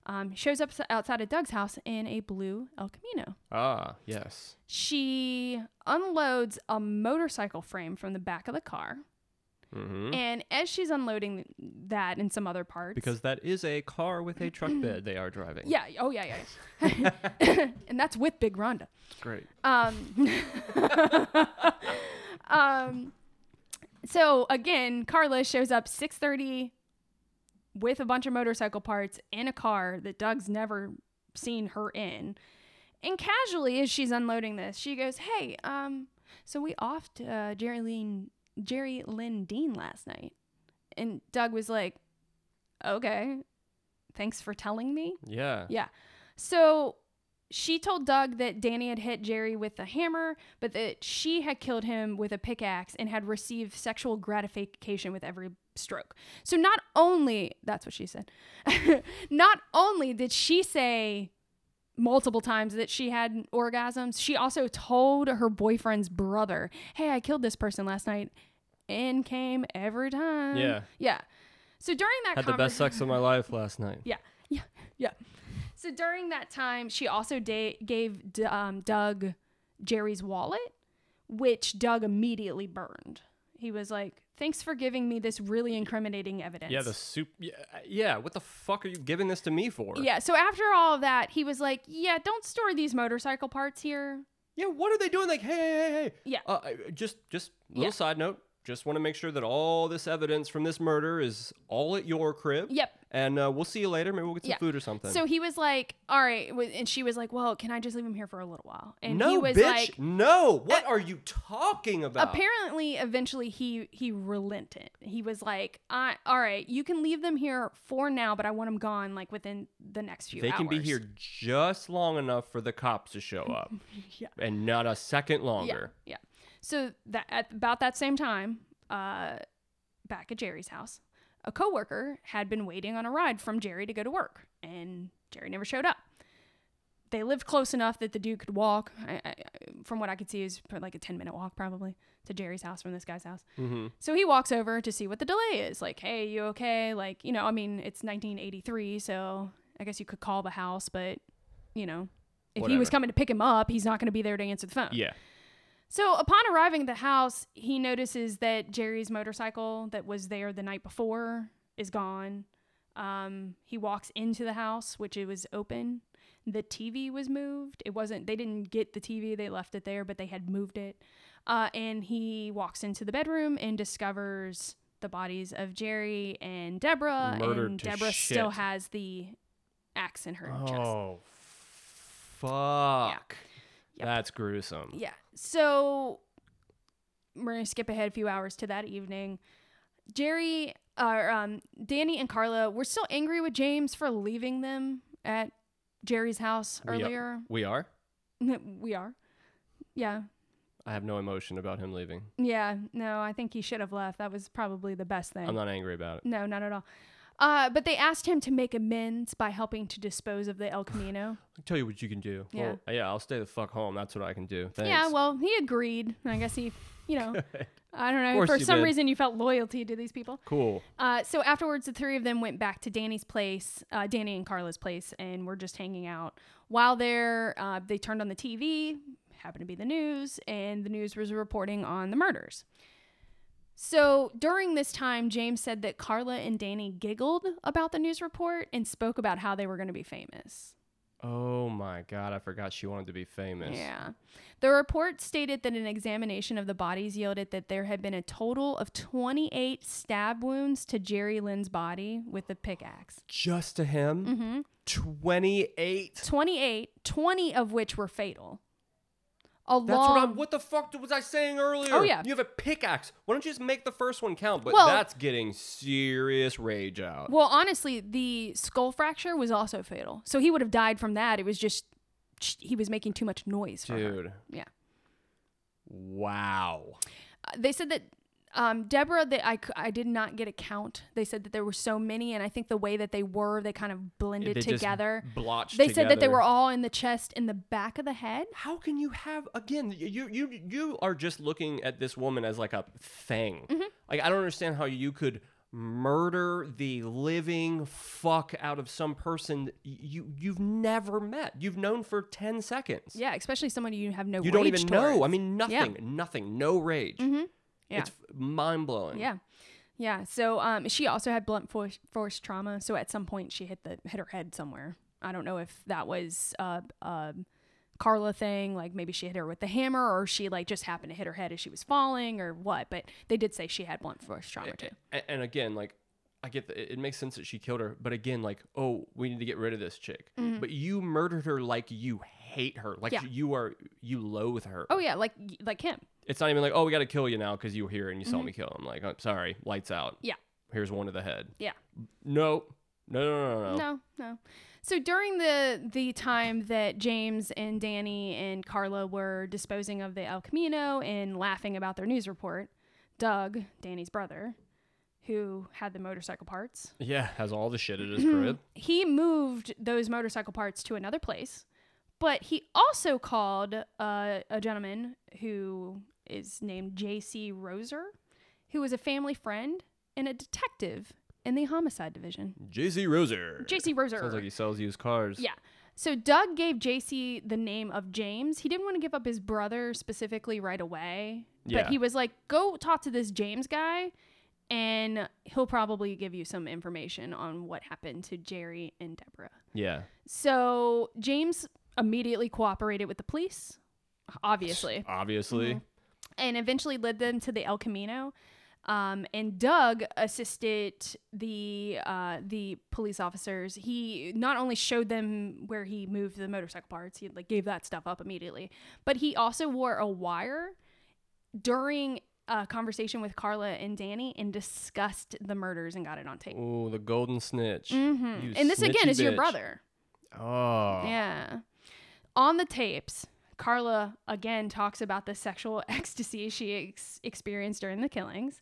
S2: Um, he shows up s- outside of Doug's house in a blue El Camino.
S3: Ah, yes.
S2: She unloads a motorcycle frame from the back of the car.
S3: hmm
S2: And as she's unloading that and some other parts.
S3: Because that is a car with a truck bed they are driving.
S2: Yeah. Oh, yeah, yeah. yeah. and that's with Big Rhonda.
S3: Great.
S2: Um, um, so again, Carla shows up 6:30 with a bunch of motorcycle parts in a car that Doug's never seen her in. And casually, as she's unloading this, she goes, "Hey, um, so we offed uh, Jerry Lynn Jerry Lynn Dean last night," and Doug was like, "Okay, thanks for telling me."
S3: Yeah.
S2: Yeah. So she told Doug that Danny had hit Jerry with a hammer, but that she had killed him with a pickaxe and had received sexual gratification with every stroke. So not only, that's what she said, not only did she say multiple times that she had orgasms, she also told her boyfriend's brother, Hey, I killed this person last night and came every time.
S3: Yeah.
S2: Yeah. So during that
S3: Had the best
S2: conversa-
S3: sex of my life last night.
S2: yeah, yeah, yeah. So during that time, she also da- gave D- um, Doug Jerry's wallet, which Doug immediately burned. He was like, "Thanks for giving me this really incriminating evidence."
S3: Yeah, the soup. Yeah, uh, yeah, what the fuck are you giving this to me for?
S2: yeah. So after all of that, he was like, "Yeah, don't store these motorcycle parts here."
S3: Yeah, what are they doing? Like, hey, hey, hey, hey.
S2: Yeah.
S3: Uh, I- just, just little
S2: Yeah.
S3: side note. Just want to make sure that all this evidence from this murder is all at your crib.
S2: Yep.
S3: And uh, we'll see you later. Maybe we'll get some
S2: Yeah.
S3: food or something.
S2: So he was like, "All right," wi- and she was like, "Well, can I just leave him here for a little while?" And
S3: no,
S2: he was
S3: bitch.
S2: like, uh,
S3: no. What are you talking about?
S2: apparently eventually he he relented he was like I, all right you can leave them here for now but i want them gone like within the next few
S3: they
S2: hours
S3: can be here just long enough for the cops to show up,
S2: Yeah.
S3: and not a second longer.
S2: yeah so that at about that same time uh back at jerry's house a coworker had been waiting on a ride from jerry to go to work and jerry never showed up they lived close enough that the dude could walk I, I, from what i could see is like a 10 minute walk probably to jerry's house from this guy's house
S3: Mm-hmm.
S2: So he walks over to see what the delay is. Like, hey, you okay? Like, you know, I mean, it's 1983, so I guess you could call the house, but, you know, if he was
S3: Whatever.
S2: coming to pick him up, he's not going to be there to answer the phone.
S3: Yeah.
S2: So upon arriving at the house, he notices that Jerry's motorcycle that was there the night before is gone. Um, he walks into the house, which it was open. The TV was moved. It wasn't. They didn't get the TV. They left it there, but they had moved it. Uh, and he walks into the bedroom and discovers the bodies of Jerry and Deborah.
S3: Murdered
S2: and
S3: to
S2: Deborah still
S3: shit.
S2: has the axe in her chest.
S3: Oh, fuck.
S2: Yep.
S3: That's gruesome.
S2: Yeah. So we're gonna skip ahead a few hours to that evening. Jerry, or um, Danny and Carla were still angry with James for leaving them at Jerry's house
S3: We are-
S2: earlier.
S3: we are.
S2: we are. Yeah.
S3: I have no emotion about him leaving.
S2: Yeah. No, I think he should have left. That was probably the best thing.
S3: I'm not angry about it.
S2: no, not at all. Uh, but they asked him to make amends by helping to dispose of the El Camino.
S3: I'll tell you what you can do.
S2: Yeah.
S3: Well, yeah, I'll stay the fuck home. That's what I can do. Thanks.
S2: yeah, well, he agreed. I guess he, you know, I don't know.
S3: course
S2: For
S3: you
S2: some
S3: did.
S2: reason, you felt loyalty to these people.
S3: cool.
S2: Uh, so afterwards, the three of them went back to Danny's place, uh, Danny and Carla's place, and were just hanging out. While there, uh, they turned on the TV, happened to be the news, and the news was reporting on the murders. So during this time, James said that Carla and Danny giggled about the news report and spoke about how they were going to be famous.
S3: Oh my god, I forgot she wanted to be famous.
S2: Yeah. The report stated that an examination of the bodies yielded that there had been a total of 28 stab wounds to Jerry Lynn's body with a pickaxe.
S3: Just to him? Mm-hmm. 28.
S2: 28, 20 of which were fatal. A
S3: That's
S2: long,
S3: what I'm what the fuck was I saying earlier?
S2: Oh, yeah.
S3: You have a pickaxe. Why don't you just make the first one count? But
S2: Well-
S3: that's getting serious rage out.
S2: Well, honestly, the skull fracture was also fatal. So he would have died from that. It was just sh- he was making too much noise for her.
S3: Dude.
S2: Yeah.
S3: Wow.
S2: Uh, They said that um, Deborah, that I, c- I did not get a count. They said that there were so many, and I think the way that they were, they kind of blended
S3: They just
S2: together.
S3: blotched
S2: They said that they
S3: together.
S2: were all in the chest and the back of the head.
S3: how can you have again y- you you
S2: Mm-hmm.
S3: you are just looking at this woman as like a thing like i don't understand how you could murder the living fuck out of some person you you've never met. You've known for 10 seconds.
S2: Yeah, especially somebody you have no.
S3: You don't
S2: rage
S3: even know. I
S2: towards.
S3: mean
S2: Yeah. Mm-hmm.
S3: nothing, nothing, no rage.
S2: Yeah.
S3: It's mind-blowing.
S2: Yeah. Yeah. So um, she also had blunt force, force trauma. So at some point she hit the hit her head somewhere. I don't know if that was uh, uh, Carla thing, like maybe she hit her with the hammer, or she like just happened to hit her head as she was falling, or what. But they did say she had blunt force trauma too.
S3: and, and again, like I get that it it makes sense that she killed her, but again, like oh, we need to get rid of this chick. But you murdered her like you hate her, like
S2: Mm-hmm. Yeah.
S3: you are you loathe her.
S2: Oh yeah, like like him.
S3: It's not even like oh, we got to kill you now because you were here and you saw me kill him. Like I'm sorry, lights out.
S2: Mm-hmm. Yeah.
S3: Here's one to the head.
S2: Yeah.
S3: Nope. No, no, no, no, no.
S2: No, no. So during the the time that James and Danny and Carla were disposing of the El Camino and laughing about their news report, Doug, Danny's brother, who had the motorcycle parts,
S3: Yeah, has all the shit at his
S2: Mm-hmm.
S3: crib.
S2: he moved those motorcycle parts to another place, but he also called uh, a gentleman who is named J.C. Roser, who was a family friend and a detective in the homicide division.
S3: JC Roser.
S2: J.C. Roser.
S3: Sounds like he sells used cars.
S2: Yeah. So Doug gave JC the name of James. He didn't want to give up his brother specifically right away.
S3: Yeah.
S2: But he was like, go talk to this James guy and he'll probably give you some information on what happened to Jerry and Deborah.
S3: Yeah.
S2: So James immediately cooperated with the police, obviously,
S3: Obviously.
S2: and eventually led them to the El Camino. Um, and Doug assisted the uh, the police officers. He not only showed them where he moved the motorcycle parts, he like gave that stuff up immediately, but he also wore a wire during a conversation with Carla and Danny and discussed the murders and got it on tape.
S3: Oh, the golden snitch.
S2: Mm-hmm.
S3: You
S2: And this again
S3: snitchy
S2: is your
S3: bitch.
S2: brother.
S3: Oh.
S2: Yeah. On the tapes, Carla again talks about the sexual ecstasy she ex- experienced during the killings.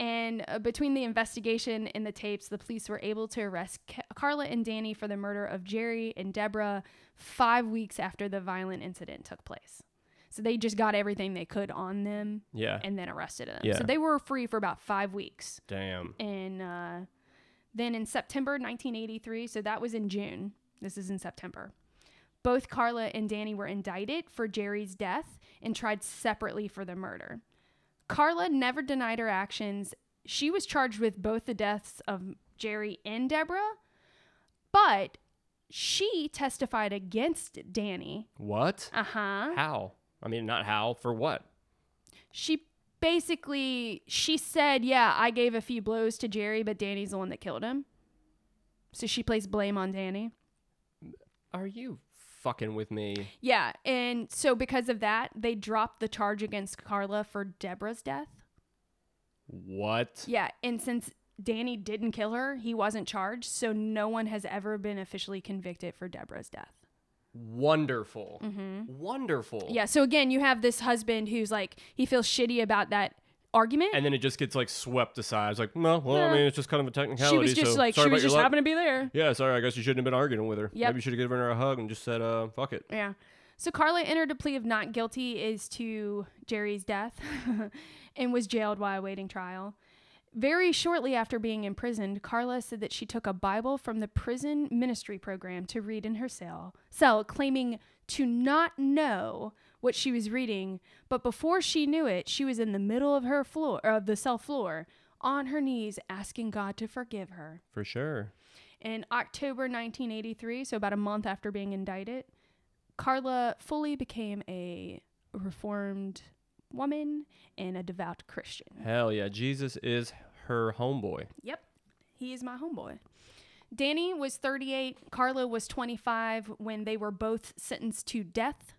S2: And uh, between the investigation and the tapes, the police were able to arrest Ca- Carla and Danny for the murder of Jerry and Deborah five weeks after the violent incident took place. So they just got everything they could on them
S3: Yeah.
S2: and then arrested them.
S3: Yeah.
S2: So they were free for about five weeks.
S3: Damn.
S2: And uh, then in September 1983, so that was in June. This is in September. Both Carla and Danny were indicted for Jerry's death and tried separately for the murder. Carla never denied her actions. She was charged with both the deaths of Jerry and Deborah, but she testified against Danny.
S3: What?
S2: Uh huh.
S3: How? I mean, not how, for what?
S2: she basically she said yeah i gave a few blows to jerry but danny's the one that killed him so she placed blame on danny
S3: Are you fucking with me?
S2: yeah and so because of that they dropped the charge against carla for deborah's death
S3: What?
S2: yeah and since danny didn't kill her he wasn't charged so no one has ever been officially convicted for deborah's death
S3: Wonderful. Wonderful.
S2: Mm-hmm. yeah so again you have this husband who's like he feels shitty about that argument
S3: And then it just gets like swept aside. It's like, no, well, I
S2: Nah.
S3: mean, it's just kind of a technicality.
S2: she was just
S3: so
S2: like
S3: sorry
S2: she
S3: about
S2: was
S3: your
S2: just
S3: luck.
S2: happened to be there
S3: Yeah, sorry. I guess you shouldn't have been arguing with her.
S2: Yep.
S3: Maybe you should have given her a hug and just said, uh, fuck it.
S2: Yeah. So Carla entered a plea of not guilty is to Jerry's death and was jailed while awaiting trial. Very shortly after being imprisoned, Carla said that she took a Bible from the prison ministry program to read in her cell, cell claiming to not know what she was reading, but before she knew it, she was in the middle of her floor of the cell floor on her knees asking God to forgive her.
S3: For sure.
S2: In October 1983, so about a month after being indicted, Carla fully became a reformed woman and a devout Christian.
S3: Hell yeah. Jesus is her homeboy.
S2: Yep, he is my homeboy. Danny was 38, Carla was 25 when they were both sentenced to death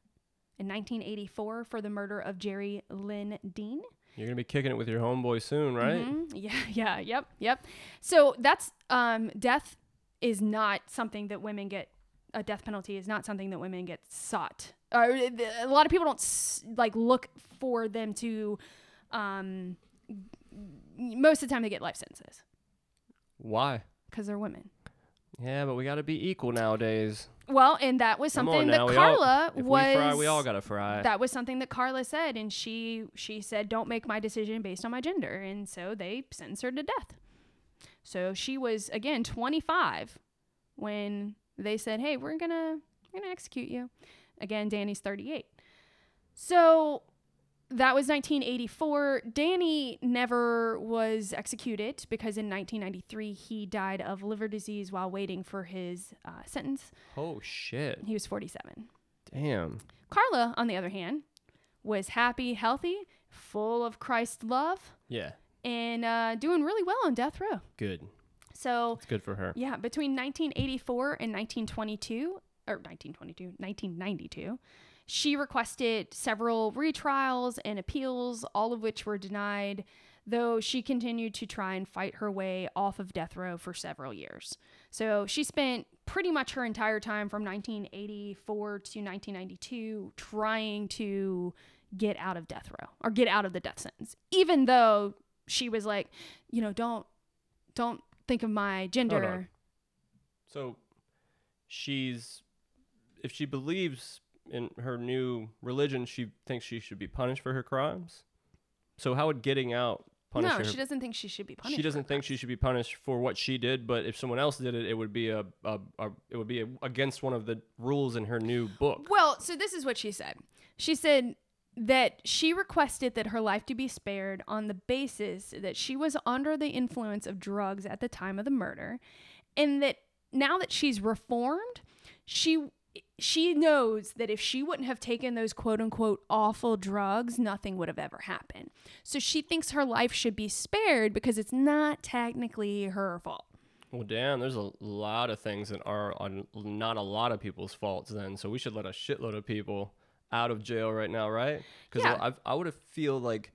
S2: in 1984 for the murder of Jerry Lynn Dean.
S3: You're going to be kicking it with your homeboy soon, right?
S2: Mhm. Yeah, yeah, yep, yep. So that's um, death is not something that women get. A death penalty is not something that women get sought. Or uh, a lot of people don't s- like look for them to. Um, most of the time, they get life sentences
S3: Why?
S2: because they're women.
S3: Yeah, but we got to be equal nowadays.
S2: Well, and that was
S3: Come on
S2: something that
S3: now. we all-
S2: Carla
S3: if
S2: was.
S3: We fry, we all got to fry.
S2: that was something that Carla said, and she she said, "Don't make my decision based on my gender," and so they sentenced her to death. So she was again 25 when they said, "Hey, we're going to we're going to execute you." Again, Danny's 38. So that was 1984. Danny never was executed because in 1993 he died of liver disease while waiting for his uh, sentence.
S3: Oh shit.
S2: He was 47.
S3: Damn.
S2: Carla, on the other hand, was happy, healthy, full of Christ's love,
S3: Yeah.
S2: and uh, doing really well on death row.
S3: Good.
S2: So,
S3: It's good for her.
S2: yeah, between 1984 and 1922, or 1922, 1992, she requested several retrials and appeals, all of which were denied, though she continued to try and fight her way off of death row for several years. So she spent pretty much her entire time from 1984 to 1992 trying to get out of death row or get out of the death sentence, even though she was like, you know, don't don't think of my
S3: on.
S2: gender.
S3: So she's if she believes in her new religion, she thinks she should be punished for her crimes. So how would getting out punish
S2: No,
S3: her?
S2: she doesn't think she should be punished.
S3: she
S2: for that.
S3: doesn't think she should be punished for what she did, but if someone else did it, it would be a, a, a it would be against one of the rules in her new book.
S2: Well, so this is what she said. She said that she requested that her life to be spared on the basis that she was under the influence of drugs at the time of the murder and that now that she's reformed, she she knows that if she wouldn't have taken those quote unquote awful drugs, nothing would have ever happened. So she thinks her life should be spared because it's not technically her fault.
S3: Well, damn, there's a lot of things that are on not a lot of people's faults then, so we should let a shitload of people out of jail right now, right? Because
S2: Yeah.
S3: I would have feel like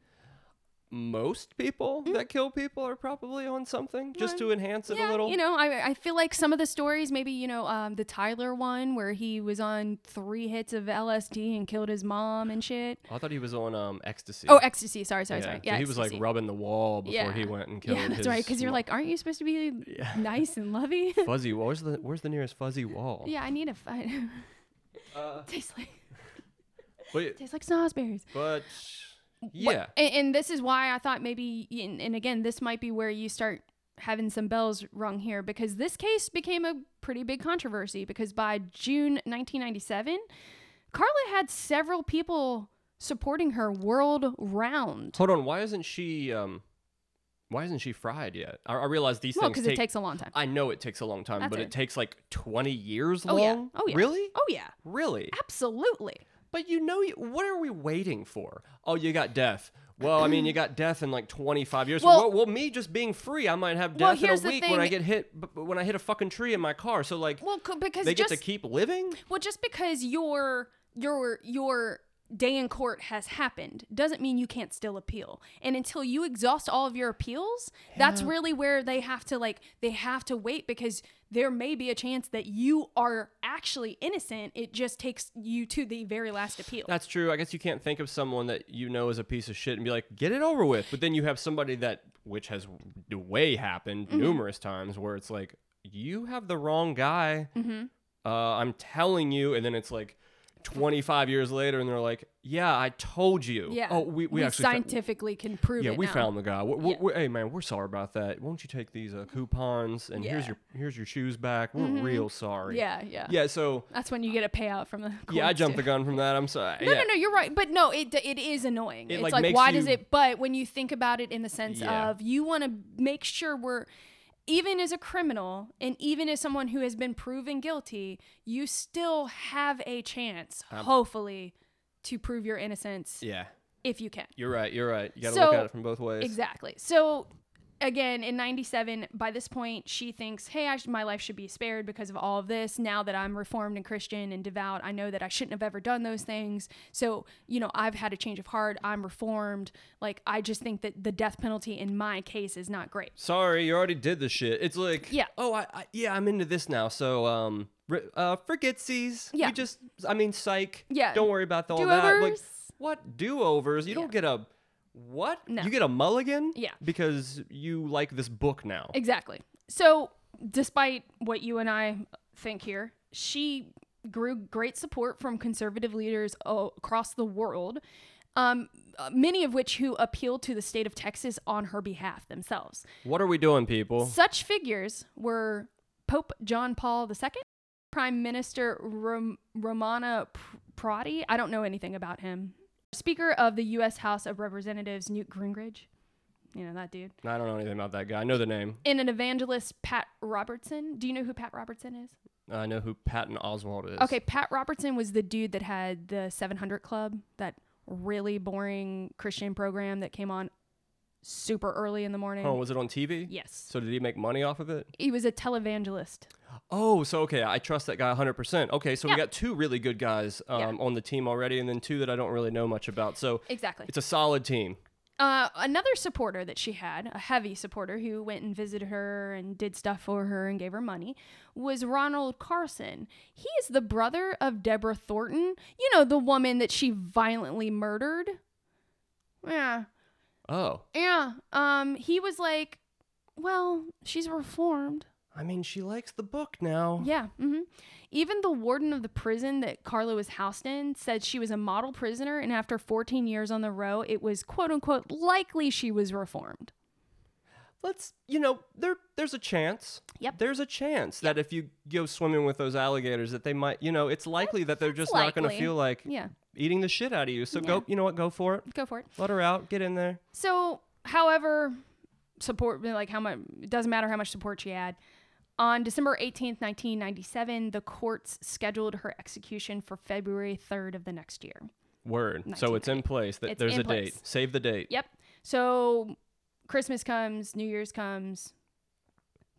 S3: most people
S2: Mm-hmm.
S3: that kill people are probably on something just to enhance it a little.
S2: You know, I, I feel like some of the stories, maybe, you know, um, the Tyler one where he was on three hits of LSD and killed his mom and shit.
S3: I thought he was on um, ecstasy.
S2: Oh, ecstasy. Sorry, sorry,
S3: yeah.
S2: sorry.
S3: so
S2: Yeah,
S3: he was like
S2: ecstasy.
S3: rubbing the wall before he
S2: Yeah.
S3: went and killed
S2: Yeah, that's
S3: his
S2: right. Because you're
S3: mo-
S2: like, aren't you supposed to be
S3: Yeah.
S2: nice and lovey?
S3: fuzzy. wall. Where's the where's the nearest fuzzy wall?
S2: yeah, I need a. Fi-
S3: Uh,
S2: tastes like
S3: but,
S2: tastes like snozzberries.
S3: but
S2: What-
S3: yeah,
S2: a- And, this is why I thought maybe, and, and again, this might be where you start having some bells rung here because this case became a pretty big controversy because by June 1997, Carla had several people supporting her world round.
S3: hold on. Why isn't she um, why isn't she fried yet? I, I realize these
S2: Well,
S3: things
S2: because
S3: take
S2: it takes a long time.
S3: I know it takes a long time,
S2: That's
S3: but
S2: it.
S3: it. takes like 20 years
S2: Oh,
S3: long.
S2: yeah. Oh, yeah.
S3: Really?
S2: Oh, yeah.
S3: Really?
S2: Absolutely.
S3: But you know, you- what are we waiting for? Oh, you got death. Well, I mean, you got death in like 25 years.
S2: Well-
S3: Well, well, me just being free, I might have
S2: Well,
S3: death
S2: here's
S3: in
S2: the
S3: a week when I
S2: thing.
S3: get hit b- when I hit a fucking tree in my car. So like,
S2: Well, c- because
S3: they
S2: just
S3: get to keep living.
S2: Well, just because your your your day in court has happened doesn't mean you can't still appeal. And until you exhaust all of your appeals, that's really where they have to like they have to wait because there may be a chance that you are actually innocent. It just takes you to the very last appeal.
S3: That's true. I guess you can't think of someone that you know is a piece of shit and be like, get it over with. But then you have somebody that, which has w- way happened
S2: Mm-hmm.
S3: numerous times, where it's like, you have the wrong guy.
S2: Mm-hmm.
S3: Uh, I'm telling you. And then it's like 25 years later, and they're like, yeah, I told you.
S2: yeah.
S3: Oh, we, we, actually. found-
S2: scientifically can prove
S3: yeah,
S2: it.
S3: we
S2: now.
S3: found the guy. we we we hey, man, we're sorry about that. Won't you take these uh, coupons and here's
S2: Yeah. Mm-hmm.
S3: your here's your shoes back? We're real sorry.
S2: Yeah, yeah,
S3: Yeah. So
S2: That's when you get a payout from the.
S3: yeah, I
S2: courts,
S3: jumped
S2: too.
S3: the gun from that. I'm sorry.
S2: No,
S3: yeah.
S2: no, no, you're right. But no, it it is annoying.
S3: It,
S2: it's like,
S3: like, makes
S2: why does
S3: you-
S2: it? But when you think about it in the sense
S3: Yeah.
S2: of you want to make sure we're even as a criminal and even as someone who has been proven guilty, you still have a chance, hopefully, to prove your innocence
S3: Yeah.
S2: if you can.
S3: You're right. You're right. You got to
S2: So-
S3: look at it from both ways.
S2: Exactly. So again, in 97, by this point, she thinks, hey, I sh- my life should be spared because of all of this. Now that I'm reformed and Christian and devout, I know that I shouldn't have ever done those things. So, you know, I've had a change of heart. I'm reformed. Like, I just think that the death penalty in my case is not great.
S3: Sorry, you already did the shit. It's like,
S2: Yeah.
S3: Oh, I, I yeah, I'm into this now. So, um, ri- uh, forgetsies.
S2: Yeah.
S3: You just, I mean, psych.
S2: Yeah.
S3: Don't worry about all that. Like,
S2: Do-overs.
S3: what do overs? You don't get a what?
S2: No.
S3: You get a mulligan.
S2: Yeah.
S3: Because you like this book now.
S2: Exactly. So, despite what you and I think here, she grew great support from conservative leaders o- across the world. um, uh, many of which who appealed to the state of Texas on her behalf themselves.
S3: What are we doing, people?
S2: Such figures were Pope John Paul II, Prime Minister Rom- Romana P- Prodi. I don't know anything about him. Speaker of the U.S. House of Representatives Newt Gingrich. You know that dude.
S3: I don't know anything about that guy. I know the name.
S2: And an evangelist, Pat Robertson. Do you know who Pat Robertson is?
S3: I know who Patton Oswald is.
S2: Okay, Pat Robertson was the dude that had the 700 Club, that really boring Christian program that came on super early in the morning.
S3: Oh, was it on TV?
S2: Yes.
S3: So did he make money off of it?
S2: He was a televangelist.
S3: Oh, so okay, I trust that guy 100%. Okay, so
S2: Yeah.
S3: we got two really good guys um,
S2: Yeah.
S3: on the team already, and then two that I don't really know much about. So
S2: Exactly.
S3: it's a solid team.
S2: Uh, another supporter that she had, a heavy supporter who went and visited her and did stuff for her and gave her money, was Ronald Carson. He is the brother of Deborah Thornton, you know, the woman that she violently murdered. Yeah.
S3: Oh,
S2: Yeah. Um, he was like, well, she's reformed.
S3: I mean, she likes the book now.
S2: Yeah. hmm Even the warden of the prison that Carla was housed in said she was a model prisoner, and after 14 years on the row, it was quote unquote likely she was reformed.
S3: Let's, you know, there there's a chance.
S2: Yep.
S3: There's a chance that if you go swimming with those alligators, that they might, you know, it's likely that they're just not going to
S2: likely.
S3: feel like
S2: Yeah.
S3: eating the shit out of you. So go, you know what, go for it.
S2: Go for it.
S3: Let her out. Get in there.
S2: So, however, support like how much it doesn't matter how much support she had. On December 18th, 1997, the courts scheduled her execution for February 3rd of the next year.
S3: Word. So it's in place. That
S2: It's
S3: there's
S2: in
S3: a
S2: place.
S3: date. Save the date.
S2: Yep. So Christmas comes, New Year's comes.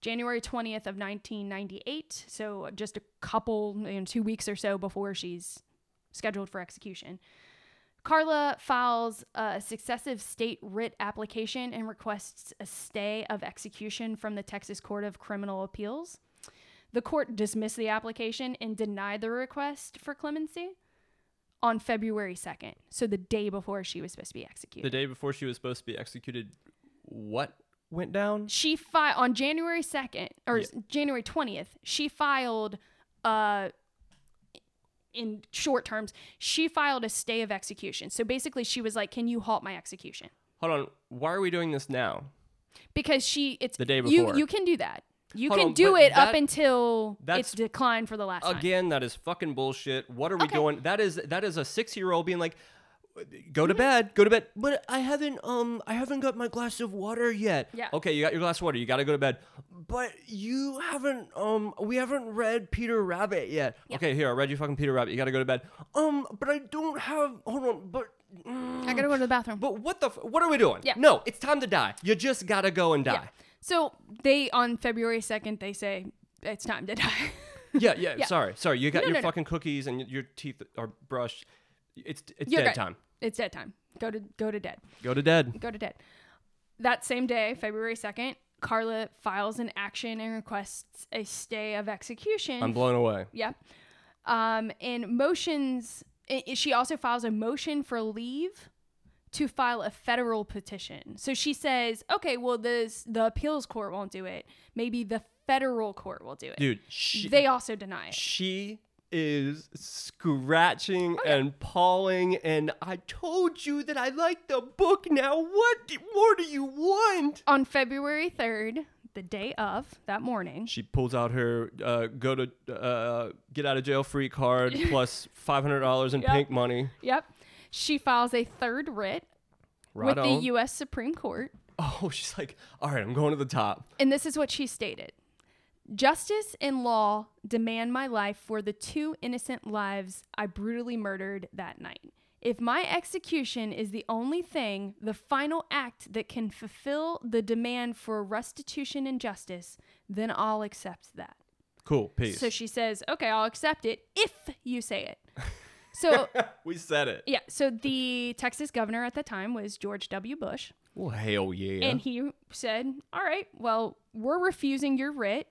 S2: January 20th of 1998, so just a couple you know, 2 weeks or so before she's scheduled for execution. Carla files a successive state writ application and requests a stay of execution from the Texas Court of Criminal Appeals. The court dismissed the application and denied the request for clemency on February 2nd, so the day before she was supposed to be executed.
S3: The day before she was supposed to be executed, what went down?
S2: she filed on January 2nd or
S3: Yeah.
S2: January 20th. She filed uh in short terms, she filed a stay of execution. So basically she was like, "Can you halt my execution?"
S3: Hold on. Why are we doing this now?
S2: Because she it's
S3: The day
S2: you
S3: before.
S2: you can do that. You
S3: Hold
S2: can
S3: on,
S2: do
S3: but
S2: it up
S3: that-
S2: until it's
S3: that's-
S2: declined for the last time.
S3: Again, that is fucking bullshit. What are we
S2: Okay.
S3: doing? That is that is a six year old being like, go to bed, go to bed. But I haven't um I haven't got my glass of water yet.
S2: Yeah.
S3: Okay, you got your glass of water. You got to go to bed. But you haven't um we haven't read Peter Rabbit yet. Okay, here I read you fucking Peter Rabbit. You got to go to bed. Um, but I don't have. Hold on, but. mm.
S2: I got to go to the bathroom.
S3: But what the f- what are we doing?
S2: Yeah.
S3: No, it's time to die. You just gotta go and die.
S2: so they on February 2nd they say it's time to die.
S3: Yeah, yeah. Sorry, sorry. You got
S2: No,
S3: your
S2: no, no.
S3: fucking cookies and your teeth are brushed. It's it's
S2: You're
S3: dead
S2: right.
S3: time.
S2: It's dead time. Go to go to dead.
S3: Go to dead.
S2: go to dead. That same day, February 2nd, Carla files an action and requests a stay of execution.
S3: I'm blown away.
S2: yeah. Um, and motions, i- i- she also files a motion for leave to file a federal petition. So she says, okay, well, this, the appeals court won't do it. Maybe the federal court will do it.
S3: Dude, she,
S2: they also deny it.
S3: she is
S2: Oh,
S3: scratching and pawing, and I told you that I like the book now. What do- more do you want?
S2: On February 3rd, the day of that morning,
S3: She pulls out her uh, go to uh, get out of jail free card plus $500 in
S2: Yep.
S3: pink money.
S2: yep, she files a third writ
S3: Right
S2: with
S3: on.
S2: the U.S. Supreme Court.
S3: oh, she's like, all right, I'm going to the top.
S2: And this is what she stated Justice and law demand my life for the two innocent lives I brutally murdered that night. If my execution is the only thing, the final act that can fulfill the demand for restitution and justice, then I'll accept that.
S3: Cool, peace.
S2: So she says, okay, I'll accept it if you say it. So,
S3: we said it.
S2: yeah, so the Texas governor at the time was George W. Bush.
S3: Well, hell yeah.
S2: And he said, All right, well, we're refusing your writ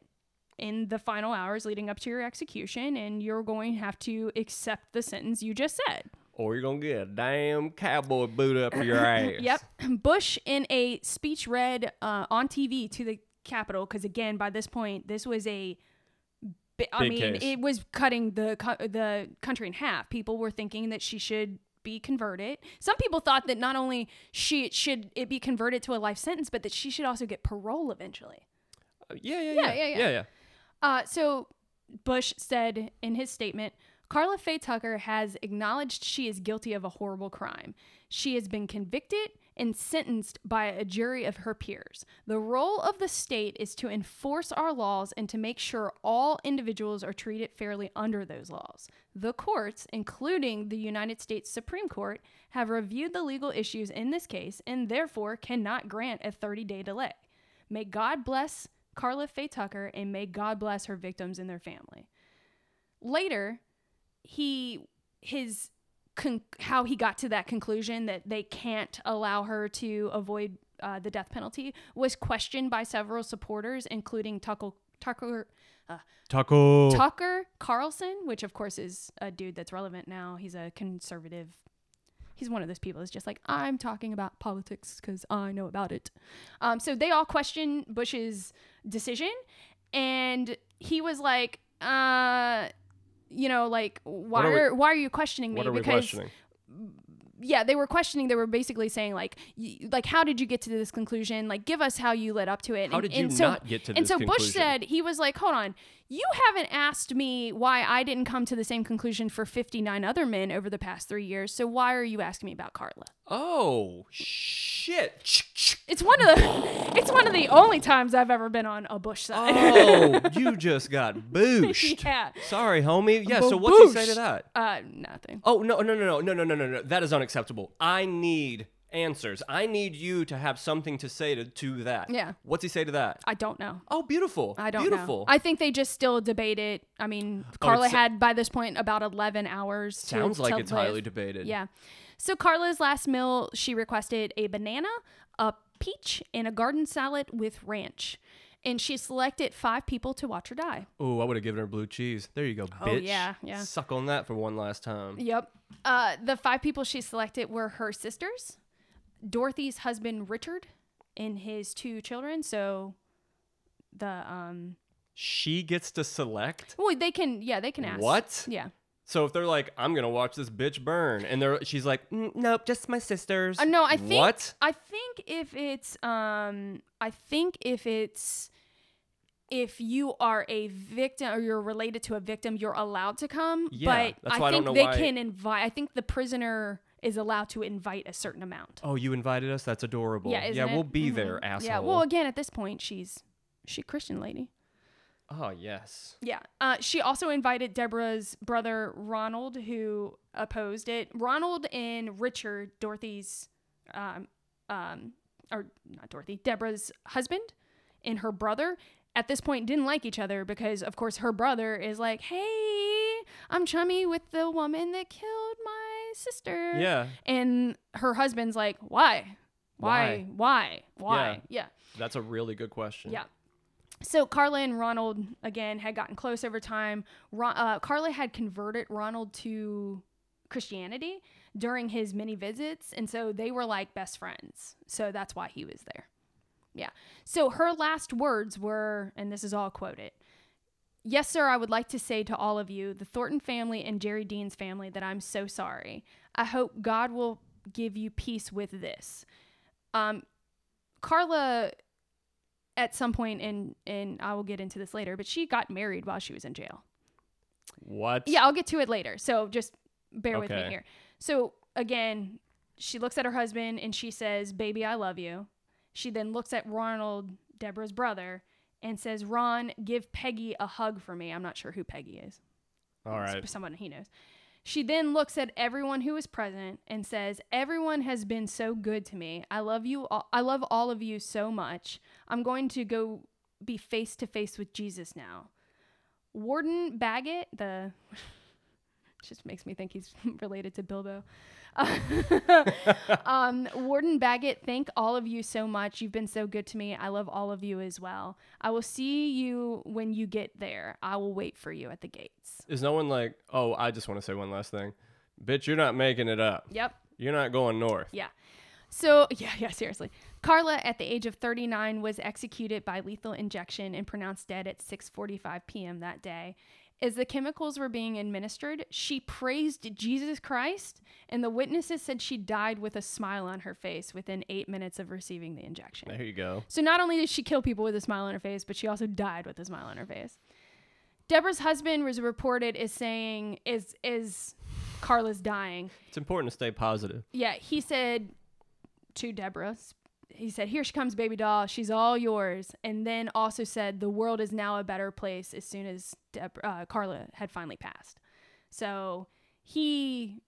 S2: in the final hours leading up to your execution, and you're going to have to accept the sentence you just said.
S3: or you're going to get a damn cowboy boot up your ass.
S2: Yep. Bush, in a speech read uh, on TV to the Capitol, because again, by this point, this was a. bi- I
S3: Big
S2: mean,
S3: case.
S2: it was cutting the co- the country in half. People were thinking that she should be converted. Some people thought that not only she should it be converted to a life sentence, but that she should also get parole eventually.
S3: Uh, yeah,
S2: Yeah,
S3: yeah, yeah,
S2: yeah, yeah.
S3: yeah, yeah.
S2: Uh, so Bush said in his statement, Carla Faye Tucker has acknowledged she is guilty of a horrible crime. She has been convicted and sentenced by a jury of her peers. The role of the state is to enforce our laws and to make sure all individuals are treated fairly under those laws. The courts, including the United States Supreme Court, have reviewed the legal issues in this case and therefore cannot grant a 30 day delay. May God bless Carla Faye Tucker and may God bless her victims and their family. Later, he his con- how he got to that conclusion that they can't allow her to avoid uh, the death penalty was questioned by several supporters, including Tucker Tucker
S3: Taco.
S2: Tucker Carlson, which of course is a dude that's relevant now. He's a conservative. He's one of those people that's just like, I'm talking about politics because I know about it. Um, so they all question Bush's decision. And he was like, uh, you know, like, why
S3: What are we-
S2: are, why are you questioning me?
S3: what are we questioning?
S2: yeah, they were questioning. They were basically saying like, y- like, how did you get to this conclusion? Like, give us how you led up to it.
S3: How did you not get to
S2: And
S3: this
S2: so Bush
S3: conclusion?
S2: said he was like, hold on, you haven't asked me why I didn't come to the same conclusion for fifty nine other men over the past three years. So why are you asking me about Carla?
S3: Oh shit!
S2: It's one of the, it's one of the only times I've ever been on a Bush side.
S3: Oh, you just got booshed.
S2: Yeah.
S3: Sorry, homie. Yeah. So what's he say
S2: Booshed.
S3: to that?
S2: Uh, nothing.
S3: Oh no no no no no no no no no! That is unacceptable. I need answers. I need you to have something to say to, to that.
S2: Yeah.
S3: What's he say to that?
S2: I don't know.
S3: Oh, beautiful.
S2: I don't
S3: beautiful. Oh,
S2: know. I think they just still debate it. I mean, Carla
S3: it's-
S2: had by this point about 11 hours. to-
S3: Sounds like
S2: to
S3: it's highly
S2: live.
S3: debated.
S2: Yeah. So Carla's last meal, she requested a banana, a peach, and a garden salad with ranch. And she selected five people to watch her die.
S3: Oh, I would have given her blue cheese. There you go, bitch.
S2: Oh, yeah, yeah.
S3: Suck on that for one last time.
S2: Yep. Uh, the five people she selected were her sisters, Dorothy's husband Richard, and his two children. So the um,
S3: She gets to select.
S2: well, they can yeah, they can ask
S3: What?
S2: Yeah.
S3: So if they're like, I'm gonna watch this bitch burn, and they're she's like, "Mm, nope, just my sisters.
S2: Uh, no, I think
S3: what?
S2: I think if it's um I think if it's if you are a victim or you're related to a victim, you're allowed to come.
S3: Yeah,
S2: but
S3: that's why
S2: I
S3: I don't
S2: think
S3: know
S2: they
S3: why-
S2: can invite I think the prisoner is allowed to invite a certain amount.
S3: Oh, you invited us. That's adorable.
S2: Yeah, isn't
S3: yeah,
S2: it?
S3: we'll be
S2: Mhm.
S3: there, asshole.
S2: Yeah, well again at this point she's she Christian lady.
S3: oh yes.
S2: Yeah. Uh, she also invited Deborah's brother Ronald, who opposed it. Ronald and Richard, Dorothy's, um, um, or not Dorothy, Deborah's husband and her brother at this point didn't like each other because, of course, her brother is like, hey, I'm chummy with the woman that killed my sister.
S3: Yeah,
S2: And her husband's like, why? Why? Why? Why? yeah.
S3: that's a really good question.
S2: Yeah. So Carla and Ronald again had gotten close over time. Ro- uh, Carla had converted Ronald to Christianity during his many visits, and so they were like best friends. So that's why he was there. Yeah. So her last words were, and this is all quoted. Yes, sir, I would like to say to all of you, the Thornton family and Jerry Dean's family, that I'm so sorry. I hope God will give you peace with this. Um, Carla at some point and and I will get into this later, but she got married while she was in jail.
S3: What?
S2: Yeah, I'll get to it later. So just bear with me
S3: Okay.
S2: here. So again, she looks at her husband and she says, "Baby, I love you." She then looks at Ronald, Deborah's brother, and says, "Ron, give Peggy a hug for me." I'm not sure who Peggy is.
S3: All right.
S2: Someone he knows. She then looks at everyone who is present and says, "Everyone has been so good to me. I love you all. I love all of you so much. I'm going to go be face to face with Jesus now." Warden Baggett, the just makes me think he's related to Bilbo. um, Warden Baggett, thank all of you so much. You've been so good to me. I love all of you as well. I will see you when you get there. I will wait for you at the gates.
S3: Is no one like, oh, I just want to say one last thing. Bitch, you're not making it up.
S2: Yep.
S3: You're not going north.
S2: Yeah. So, yeah, yeah, seriously. Carla at the age of 39 was executed by lethal injection and pronounced dead at 6:45 p.m. that day. as the chemicals were being administered, she praised Jesus Christ, and the witnesses said she died with a smile on her face within eight minutes of receiving the injection.
S3: There you go.
S2: So not only did she kill people with a smile on her face, but she also died with a smile on her face. Deborah's husband was reported as saying is is Carla's dying.
S3: It's important to stay positive.
S2: Yeah, he said to Deborah, he said, "Here she comes, baby doll. She's all yours." And then also said, "The world is now a better place." As soon as Deborah, uh, Carla had finally passed, so he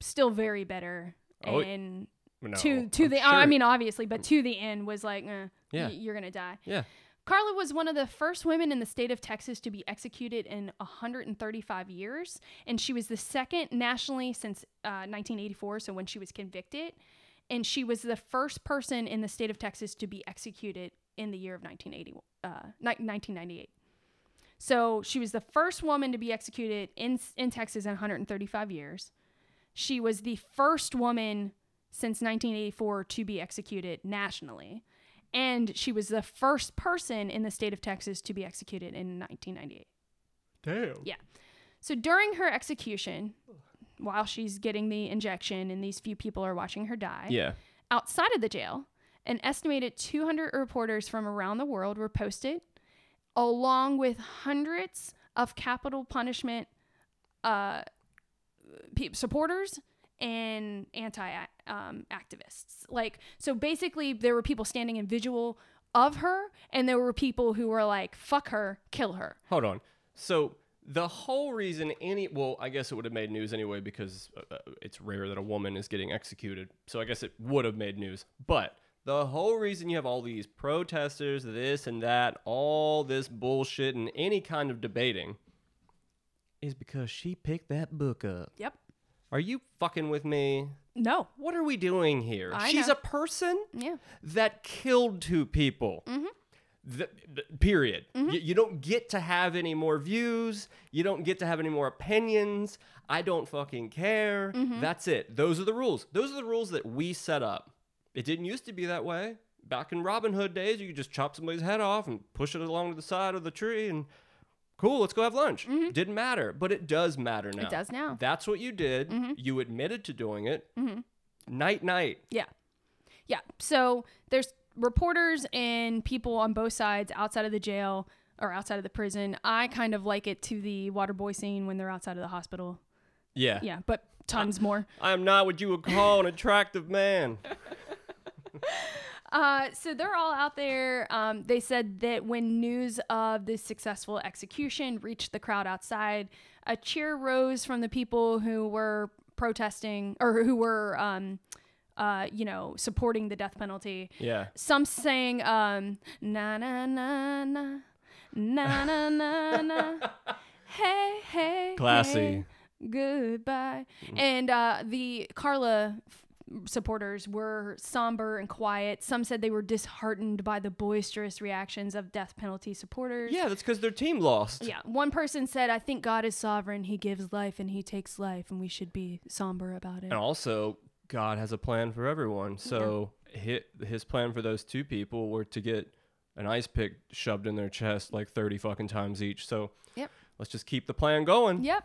S2: still very bitter
S3: Oh,
S2: and
S3: No,
S2: to to
S3: I'm
S2: the oh,
S3: sure-
S2: I mean obviously, but to the end was like, eh,
S3: Yeah.
S2: y- you're gonna die.
S3: yeah.
S2: Carla was one of the first women in the state of Texas to be executed in 135 years, and she was the second nationally since uh, 1984, so when she was convicted. And she was the first person in the state of Texas to be executed in the year of 1980, uh, ni- 1998. So she was the first woman to be executed in, in Texas in 135 years. She was the first woman since 1984 to be executed nationally and she was the first person in the state of Texas to be executed in 1998.
S3: Damn.
S2: Yeah. So during her execution, while she's getting the injection and these few people are watching her die,
S3: Yeah.
S2: outside of the jail, an estimated 200 reporters from around the world were posted, along with hundreds of capital punishment uh, pe- supporters and anti um, activists. Like, so basically, there were people standing in visual of her, and there were people who were like, fuck her, kill her.
S3: Hold on. So the whole reason any well, I guess it would have made news anyway because uh, uh, it's rare that a woman is getting executed. So I guess it would have made news. But the whole reason you have all these protesters, this and that, all this bullshit and any kind of debating is because she picked that book up.
S2: Yep.
S3: Are you fucking with me?
S2: No.
S3: What are we doing here?
S2: I
S3: She's
S2: know.
S3: a person?
S2: Yeah.
S3: that killed two people. Th- th- period. Y- you don't get to have any more views. You don't get to have any more opinions. I don't fucking care. That's it. Those are the rules. Those are the rules that we set up. It didn't used to be that way. Back in Robin Hood days, you could just chop somebody's head off and push it along to the side of the tree and cool, let's go have lunch. Didn't matter, but it does matter now.
S2: does now.
S3: That's what you did. You admitted to doing it. Night, night.
S2: Yeah. Yeah. So there's reporters and people on both sides outside of the jail or outside of the prison. I kind of like it to the water boy scene when they're outside of the hospital.
S3: Yeah.
S2: Yeah, but tons more.
S3: I am not what you would call an attractive man.
S2: Uh, so they're all out there. Um, they said that when news of the successful execution reached the crowd outside, a cheer rose from the people who were protesting or who were, um, uh, you know, supporting the death penalty.
S3: Yeah.
S2: some sang um na na na na na na na na hey hey
S3: Classy. Mm.
S2: hey, goodbye and uh the carla f- supporters were somber and quiet some said they were disheartened by the boisterous reactions of death penalty supporters
S3: Yeah, that's because their team lost.
S2: yeah one person said i think god is sovereign he gives life and he takes life and we should be somber about it
S3: And also, God has a plan for everyone. So hi his plan for those two people were to get an ice pick shoved in their chest like 30 fucking times each. So
S2: Yep.
S3: let's just keep the plan going.
S2: Yep.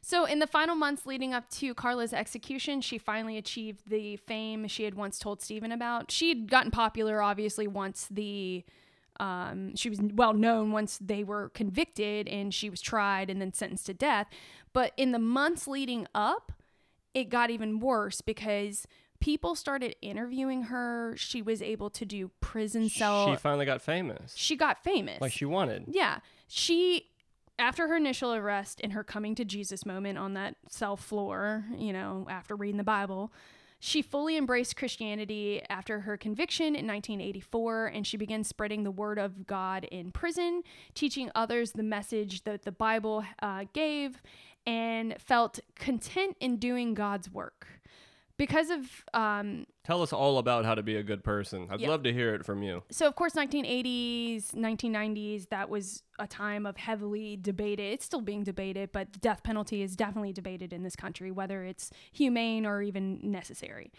S2: So, in the final months leading up to Carla's execution, she finally achieved the fame she had once told Stephen about. She'd gotten popular, obviously, once the. Um, she was well known once they were convicted and she was tried and then sentenced to death. But in the months leading up, it got even worse because people started interviewing her. She was able to do prison cell.
S3: she finally got famous
S2: she got famous.
S3: like she wanted.
S2: Yeah. She, after her initial arrest and her coming to Jesus moment on that cell floor, you know, after reading the Bible, she fully embraced Christianity after her conviction in 1984, and she began spreading the word of God in prison, teaching others the message that the Bible uh, gave, and felt content in doing God's work. Because of um,
S3: Tell us all about how to be a good person. I'd
S2: Yeah.
S3: love to hear it from you.
S2: so of course 1980s 1990s that was a time of heavily debated it's still being debated but the death penalty is definitely debated in this country whether it's humane or even necessary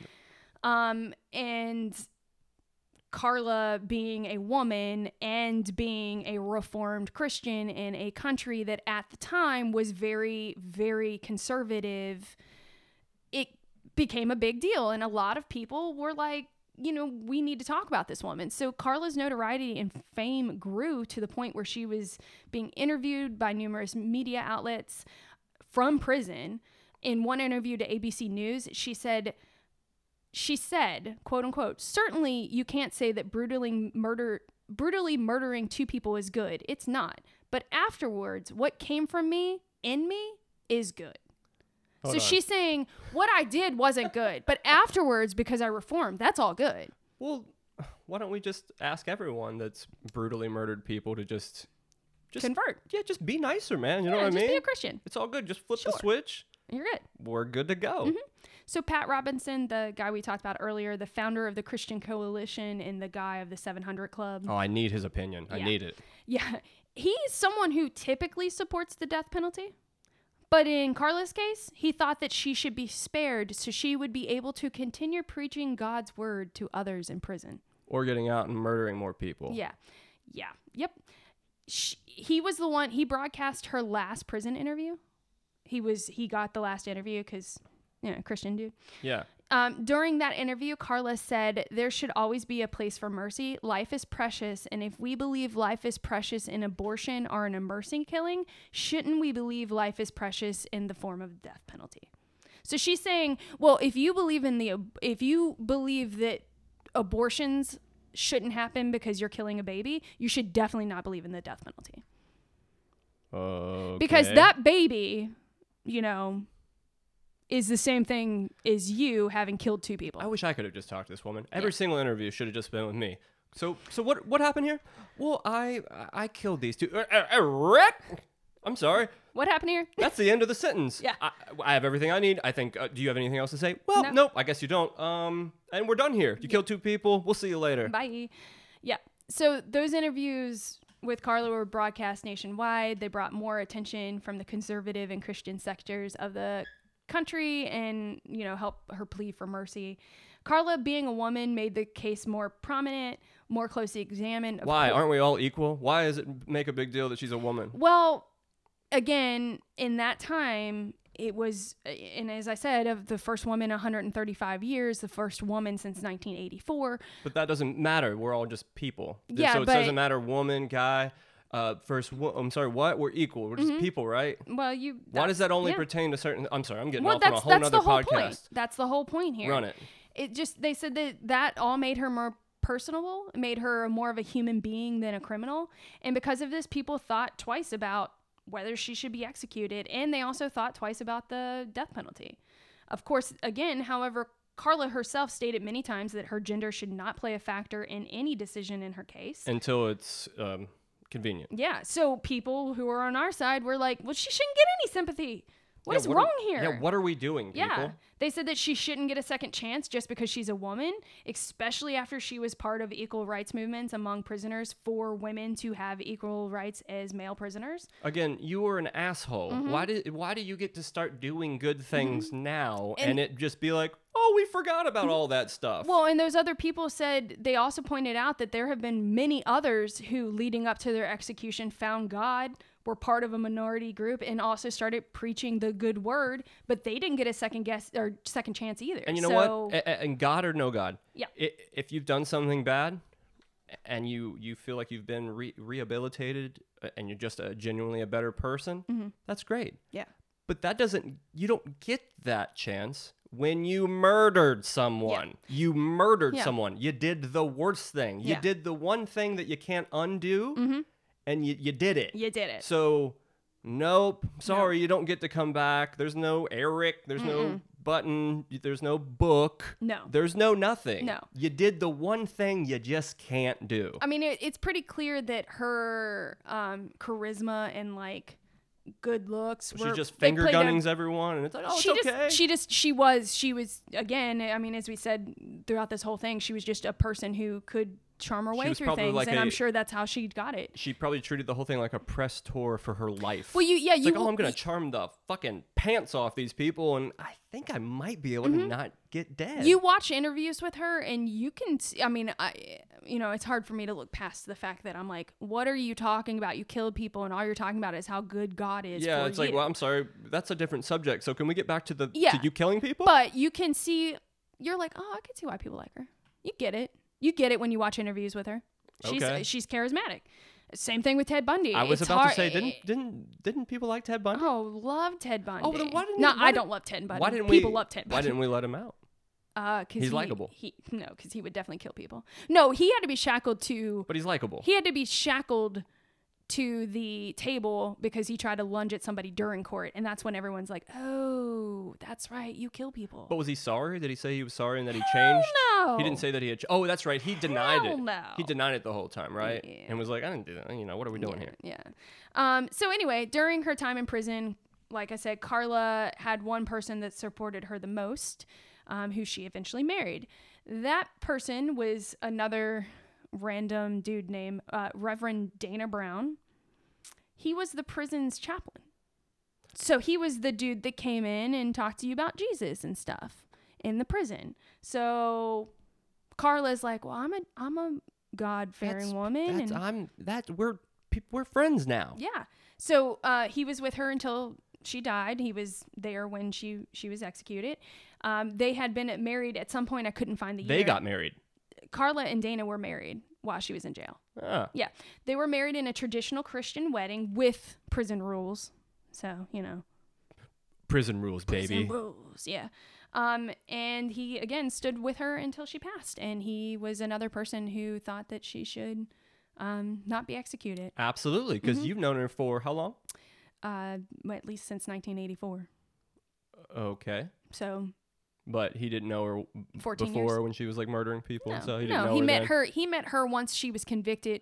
S2: um, and Carla being a woman and being a reformed Christian in a country that at the time was very, very conservative, it became a big deal. And a lot of people were like, you know, we need to talk about this woman. So Carla's notoriety and fame grew to the point where she was being interviewed by numerous media outlets from prison. In one interview to ABC News, she said, she said, quote unquote, certainly you can't say that brutally murder brutally murdering two people is good. It's not. But afterwards, what came from me in me is good. so
S3: Hold on.
S2: she's saying what I did wasn't good, but afterwards because I reformed, that's all good.
S3: Well, why don't we just ask everyone that's brutally murdered people to just just
S2: Convert.
S3: Yeah, just be nicer, man. You know
S2: yeah,
S3: what I
S2: just
S3: mean?
S2: be a Christian.
S3: It's all good. Just flip
S2: Sure. Mm-hmm.
S3: the switch.
S2: You're good.
S3: We're good to go.
S2: So Pat Robinson, the guy we talked about earlier, the founder of the Christian Coalition and the guy of the 700 Club.
S3: Oh, I need his opinion. I
S2: Yeah.
S3: need it.
S2: Yeah, he's someone who typically supports the death penalty. But in Carla's case, he thought that she should be spared so she would be able to continue preaching God's word to others in prison.
S3: Or getting out and murdering more people.
S2: Yeah. Yeah. Yep. Sh he was the one he broadcast her last prison interview. He was he got the last interview cuz you know, Christian dude.
S3: Yeah.
S2: Um, during that interview, Carla said, There should always be a place for mercy. Life is precious. And if we believe life is precious in abortion or in a mercy killing, shouldn't we believe life is precious in the form of the death penalty? So she's saying, Well, if you believe in the, if you believe that abortions shouldn't happen because you're killing a baby, you should definitely not believe in the death penalty. Because
S3: Okay.
S2: that baby, you know, is the same thing as you having killed two people.
S3: I wish I could have just talked to this woman. Every single interview should have just been with me. So so what what happened here? Well, I I killed these two. Uh, uh, uh, Rick? I'm sorry.
S2: What happened here?
S3: That's the end of the sentence.
S2: Yeah.
S3: I, I have everything I need. I think. Uh, do you have anything else to say? Well,
S2: No.
S3: nope. I guess you don't. Um, and we're done here. You killed two people. We'll see you later.
S2: Bye. Yeah. So those interviews with Carla were broadcast nationwide. They brought more attention from the conservative and Christian sectors of the country and, you know, help her plea for mercy. Carla, being a woman, made the case more prominent, more closely examined. Of
S3: Why
S2: cour-
S3: aren't we all equal? Why does it make a big deal that she's a woman?
S2: Well, again, in that time, it was, and as I said, of the first woman in 135 years, the first woman since 1984.
S3: But that doesn't matter. We're all just people. Th-
S2: Yeah,
S3: so it
S2: but-
S3: doesn't matter woman, guy, uh, first. Wo- I'm sorry. What? We're equal. We're just people, right?
S2: Well, you.
S3: Why does that only
S2: Mm-hmm. yeah.
S3: pertain to certain? I'm sorry. I'm getting
S2: well,
S3: off on a
S2: that's
S3: whole
S2: that's
S3: nother
S2: the whole
S3: podcast.
S2: point. That's the whole point here.
S3: Run it.
S2: It just they said that that all made her more personable, made her more of a human being than a criminal, and because of this, people thought twice about whether she should be executed, and they also thought twice about the death penalty. Of course, again, however, Carla herself stated many times that her gender should not play a factor in any decision in her case.
S3: Until it's um, convenient.
S2: yeah, so people who are on our side were like, "Well, she shouldn't get any sympathy. What
S3: Yeah,
S2: is
S3: what are-
S2: wrong here?"
S3: Yeah. What are we doing, people?
S2: Yeah. They said that she shouldn't get a second chance just because she's a woman, especially after she was part of equal rights movements among prisoners for women to have equal rights as male prisoners.
S3: Again, you were an asshole.
S2: Mm-hmm.
S3: Why did why do you get to start doing good things now and,
S2: And- Mm-hmm.
S3: it just be like, "Oh, we forgot about all that stuff."
S2: Well, and those other people said they also pointed out that there have been many others who, leading up to their execution, found God, were part of a minority group, and also started preaching the good word, but they didn't get a second guess or second chance either.
S3: and you know
S2: So-
S3: what? Eh, A- a- and God or no God.
S2: Yeah.
S3: i- If you've done something bad and you you feel like you've been re- rehabilitated uh, and you're just a, genuinely a better person,
S2: Mm-hmm.
S3: that's great.
S2: Yeah.
S3: But that doesn't you don't get that chance when you murdered someone. You murdered
S2: Yeah.
S3: someone. You did the worst thing. You
S2: Yeah. Mm-hmm.
S3: did the one thing that you can't undo and you, you did it.
S2: You did it.
S3: So nope. Sorry, you don't get to come back. There's no Eric, there's no button, y- there's no book.
S2: No.
S3: There's no nothing.
S2: No. Uh,
S3: You did the one thing you just can't do.
S2: I mean, it, it's pretty clear that her um, charisma and like good looks.
S3: She's
S2: were-
S3: just
S2: they
S3: finger
S2: played a-
S3: gunnings everyone and it's like, "Oh,
S2: she
S3: it's
S2: just,
S3: okay."
S2: she just, she was, she was again. I mean, as we said throughout this whole thing, she was just a person who could charm her way
S3: was
S2: through
S3: probably
S2: things,
S3: like
S2: and i I'm
S3: a-
S2: sure that's how she got it.
S3: She probably treated the whole thing like a press tour for her life.
S2: Well, you- yeah,
S3: It's
S2: you
S3: like, oh,
S2: will-
S3: I'm gonna
S2: y-
S3: charm the fucking pants off these people, and I think I might be able to not get dead.
S2: Mm-hmm. You watch interviews with her, and you can. See, I mean, I, you know, it's hard for me to look past the fact that I'm like, what are you talking about? You killed people, and all you're talking about is how good God is.
S3: yeah,
S2: for
S3: it's like,
S2: you.
S3: well, I'm sorry, that's a different subject. So can we get back to the
S2: Yeah.
S3: to you killing people?
S2: but you can see, you're like, oh, I can see why people like her. You get it. You get it when you watch interviews with her. She's
S3: Okay.
S2: she's charismatic. Same thing with Ted Bundy.
S3: I was
S2: It's
S3: about
S2: hard-
S3: to say, didn't didn't didn't people like Ted Bundy?
S2: Oh, love Ted Bundy.
S3: then why didn't-
S2: no?
S3: why
S2: I
S3: did-
S2: don't love Ted Bundy.
S3: why didn't
S2: people
S3: we,
S2: love Ted Bundy?
S3: Why didn't we let him out?
S2: Uh, cause he-
S3: He's likable.
S2: He no, because he would definitely kill people. No, he had to be shackled to.
S3: But he's likable.
S2: He had to be shackled to the table because he tried to lunge at somebody during court, and that's when everyone's like, "Oh, that's right, you kill people."
S3: but was he sorry? Did he say he was sorry and that he changed?
S2: no.
S3: He didn't say that he had. Ch- oh, that's right. He denied
S2: Hell
S3: it.
S2: no.
S3: He denied it the whole time, right?
S2: Yeah.
S3: And was like, I didn't do that. You know, what are we doing here?
S2: Yeah. Um, so anyway, during her time in prison, like I said, Carla had one person that supported her the most, um, who she eventually married. That person was another random dude named uh, Reverend Dana Brown. He was the prison's chaplain. So he was the dude that came in and talked to you about Jesus and stuff in the prison. So Carla's like, "Well, I'm a I'm a God-fearing woman."
S3: That's,
S2: and
S3: I'm. That we're peop we're friends now.
S2: yeah. So uh, he was with her until she died. He was there when she she was executed. Um, they had been married at some point. I couldn't find the year.
S3: They got married.
S2: Carla and Dana were married while she was in jail.
S3: Ah.
S2: Yeah, they were married in a traditional Christian wedding with prison rules. So you know,
S3: Prison rules, baby.
S2: prison rules. Yeah. Um, and he again stood with her until she passed. And he was another person who thought that she should um, not be executed,
S3: Absolutely, because
S2: Mm-hmm.
S3: you've known her for how long?
S2: uh, at least since 1984.
S3: Okay,
S2: So
S3: but he didn't know her w-
S2: 14 years.
S3: before when she was like murdering people,
S2: No,
S3: and so he didn't
S2: no,
S3: know
S2: he
S3: her
S2: met
S3: then.
S2: her. He met her once she was convicted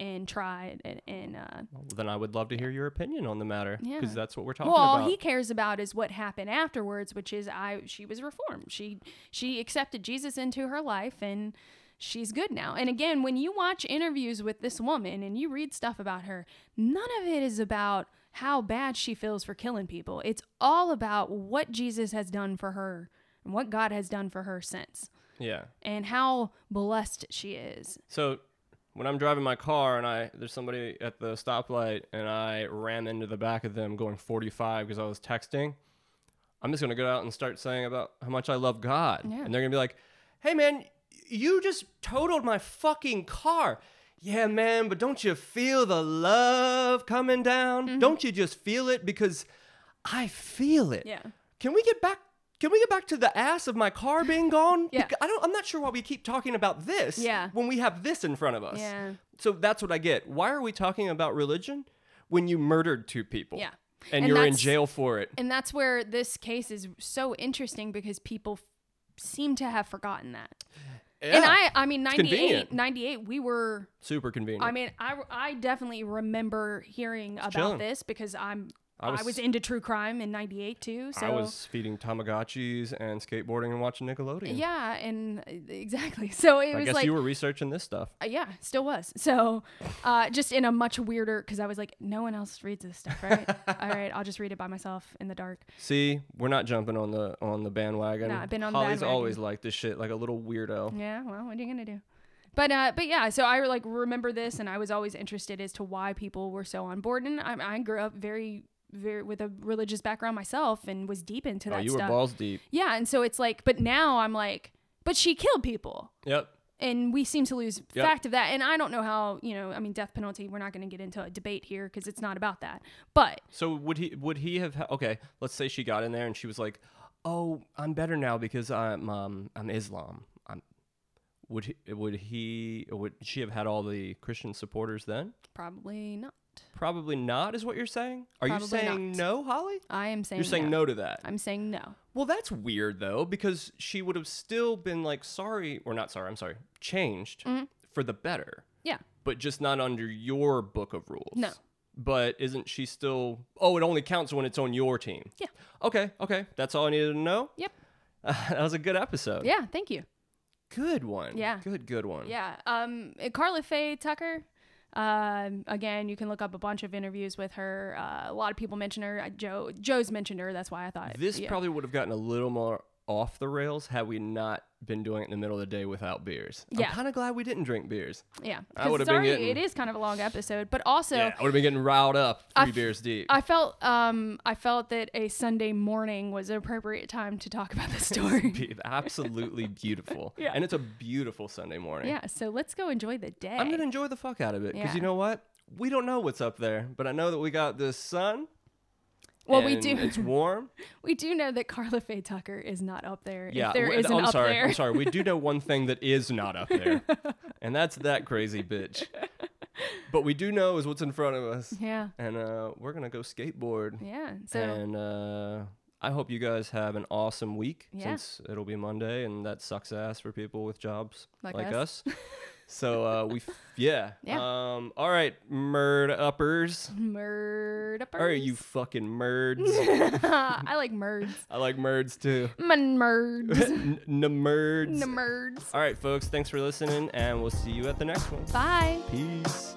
S2: and tried, and, and uh,
S3: Well, then I would love to hear your opinion on the matter,
S2: Yeah.
S3: because that's what we're talking
S2: well, all
S3: about.
S2: he cares about is what happened afterwards, which is I. She was reformed. She she accepted Jesus into her life, and she's good now. And again, when you watch interviews with this woman and you read stuff about her, none of it is about how bad she feels for killing people. It's all about what Jesus has done for her and what God has done for her since,
S3: yeah.
S2: and how blessed she is.
S3: So when I'm driving my car and I there's somebody at the stoplight and I ram into the back of them going 45 because I was texting, I'm just gonna go out and start saying about how much I love God,
S2: Yeah.
S3: and they're gonna be like, "Hey man, you just totaled my fucking car." Yeah, man, but don't you feel the love coming down?
S2: Mm-hmm.
S3: Don't you just feel it? Because I feel it.
S2: Yeah.
S3: Can we get back? Can we get back to the ass of my car being gone?
S2: Yeah.
S3: Bec- I don't. I'm not sure why we keep talking about this.
S2: Yeah.
S3: When we have this in front of us.
S2: Yeah.
S3: So that's what I get. Why are we talking about religion when you murdered two people?
S2: Yeah.
S3: And,
S2: And
S3: you're in
S2: that's-
S3: jail for it.
S2: And that's where this case is so interesting because people f- seem to have forgotten that. And
S3: Yeah.
S2: I, I mean, 98,
S3: convenient.
S2: 98, we were,
S3: super convenient.
S2: I mean, I, I definitely remember hearing about
S3: chilling.
S2: this because I'm, I
S3: I
S2: was,
S3: was-
S2: into true crime in 98 too. So
S3: I was feeding Tamagotchis and skateboarding and watching Nickelodeon.
S2: yeah. And uh, exactly. So it
S3: I
S2: was
S3: guess
S2: like,
S3: you were researching this stuff.
S2: uh, yeah, still was. So, uh, just in a much weirder, because I was like, no one else reads this stuff, right? All right, I'll just read it by myself in the dark.
S3: See, we're not jumping on the on the bandwagon.
S2: Nah, I've been on the
S3: Holly's
S2: bandwagon.
S3: always liked this shit, like a little weirdo. Oh,
S2: Yeah, well, what are you gonna do? But uh, but yeah, so I like remember this, and I was always interested as to why people were so on board. And I, I grew up very, very with a religious background myself, and was deep into
S3: oh,
S2: that
S3: you
S2: stuff.
S3: were balls deep.
S2: yeah, and so it's like, but now I'm like, but she killed people,
S3: Yep.
S2: and we seem to lose
S3: Yep.
S2: fact of that. And I don't know how you know. I mean, death penalty. We're not going to get into a debate here because it's not about that. But
S3: So would he would he have ha- okay, let's say she got in there and she was like, "Oh, I'm better now because I'm um I'm Islam." I'm would he would he would she have had all the Christian supporters then?
S2: probably not.
S3: Probably not is what you're saying? Are
S2: Probably
S3: you saying
S2: not.
S3: no, Holly?
S2: I am saying
S3: You're saying no to that.
S2: I'm saying no.
S3: Well, that's weird though, because she would have still been like sorry or not sorry, I'm sorry, changed
S2: Mm-hmm.
S3: for the better,
S2: Yeah.
S3: but just not under your book of rules.
S2: No.
S3: But isn't she still Oh, it only counts when it's on your team.
S2: Yeah.
S3: Okay, okay. That's all I needed to know.
S2: Yep.
S3: that was a good episode.
S2: Yeah. Thank you.
S3: Good one.
S2: Yeah.
S3: Good, good one.
S2: Yeah. Um, uh, Carla Faye Tucker. Um, again, you can look up a bunch of interviews with her. Uh, a lot of people mention her. Uh, Joe Joe's mentioned her. That's why I thought
S3: This
S2: yeah.
S3: probably would have gotten a little more off the rails had we not been doing it in the middle of the day without beers.
S2: Yeah.
S3: I'm kind of glad we didn't drink beers.
S2: Yeah,
S3: I
S2: because
S3: would've
S2: it's
S3: been
S2: already
S3: getting-
S2: it is kind of a long episode, but also
S3: yeah, oh. I would have been getting riled up three
S2: f-
S3: beers deep.
S2: I felt um I felt that a Sunday morning was an appropriate time to talk about this story.
S3: Be- absolutely beautiful.
S2: Yeah.
S3: And it's a beautiful Sunday morning.
S2: yeah, so let's go enjoy the day.
S3: I'm going to enjoy the fuck out of it because
S2: Yeah.
S3: you know what? We don't know what's up there, but I know that we got the sun.
S2: well, we
S3: and
S2: do
S3: It's warm.
S2: we do know that Carla Faye Tucker is not up there.
S3: Yeah,
S2: if there
S3: w-
S2: is an
S3: I'm
S2: up
S3: sorry.
S2: there.
S3: I'm sorry. We do know one thing that is not up there, and that's that crazy bitch. But we do know is what's in front of us,
S2: Yeah,
S3: and uh, we're gonna go skateboard.
S2: yeah. So
S3: And uh, I hope you guys have an awesome week
S2: Yeah.
S3: since it'll be Monday, and that sucks ass for people with jobs
S2: Like
S3: like, us. so uh, we, f- yeah. Um, all right, murd uppers.
S2: murder.
S3: All right, you fucking merds.
S2: I like merds.
S3: I like merds too.
S2: Mun merds.
S3: N- merds.
S2: The merds.
S3: All right, folks, thanks for listening, and we'll see you at the next one.
S2: Bye.
S3: Peace.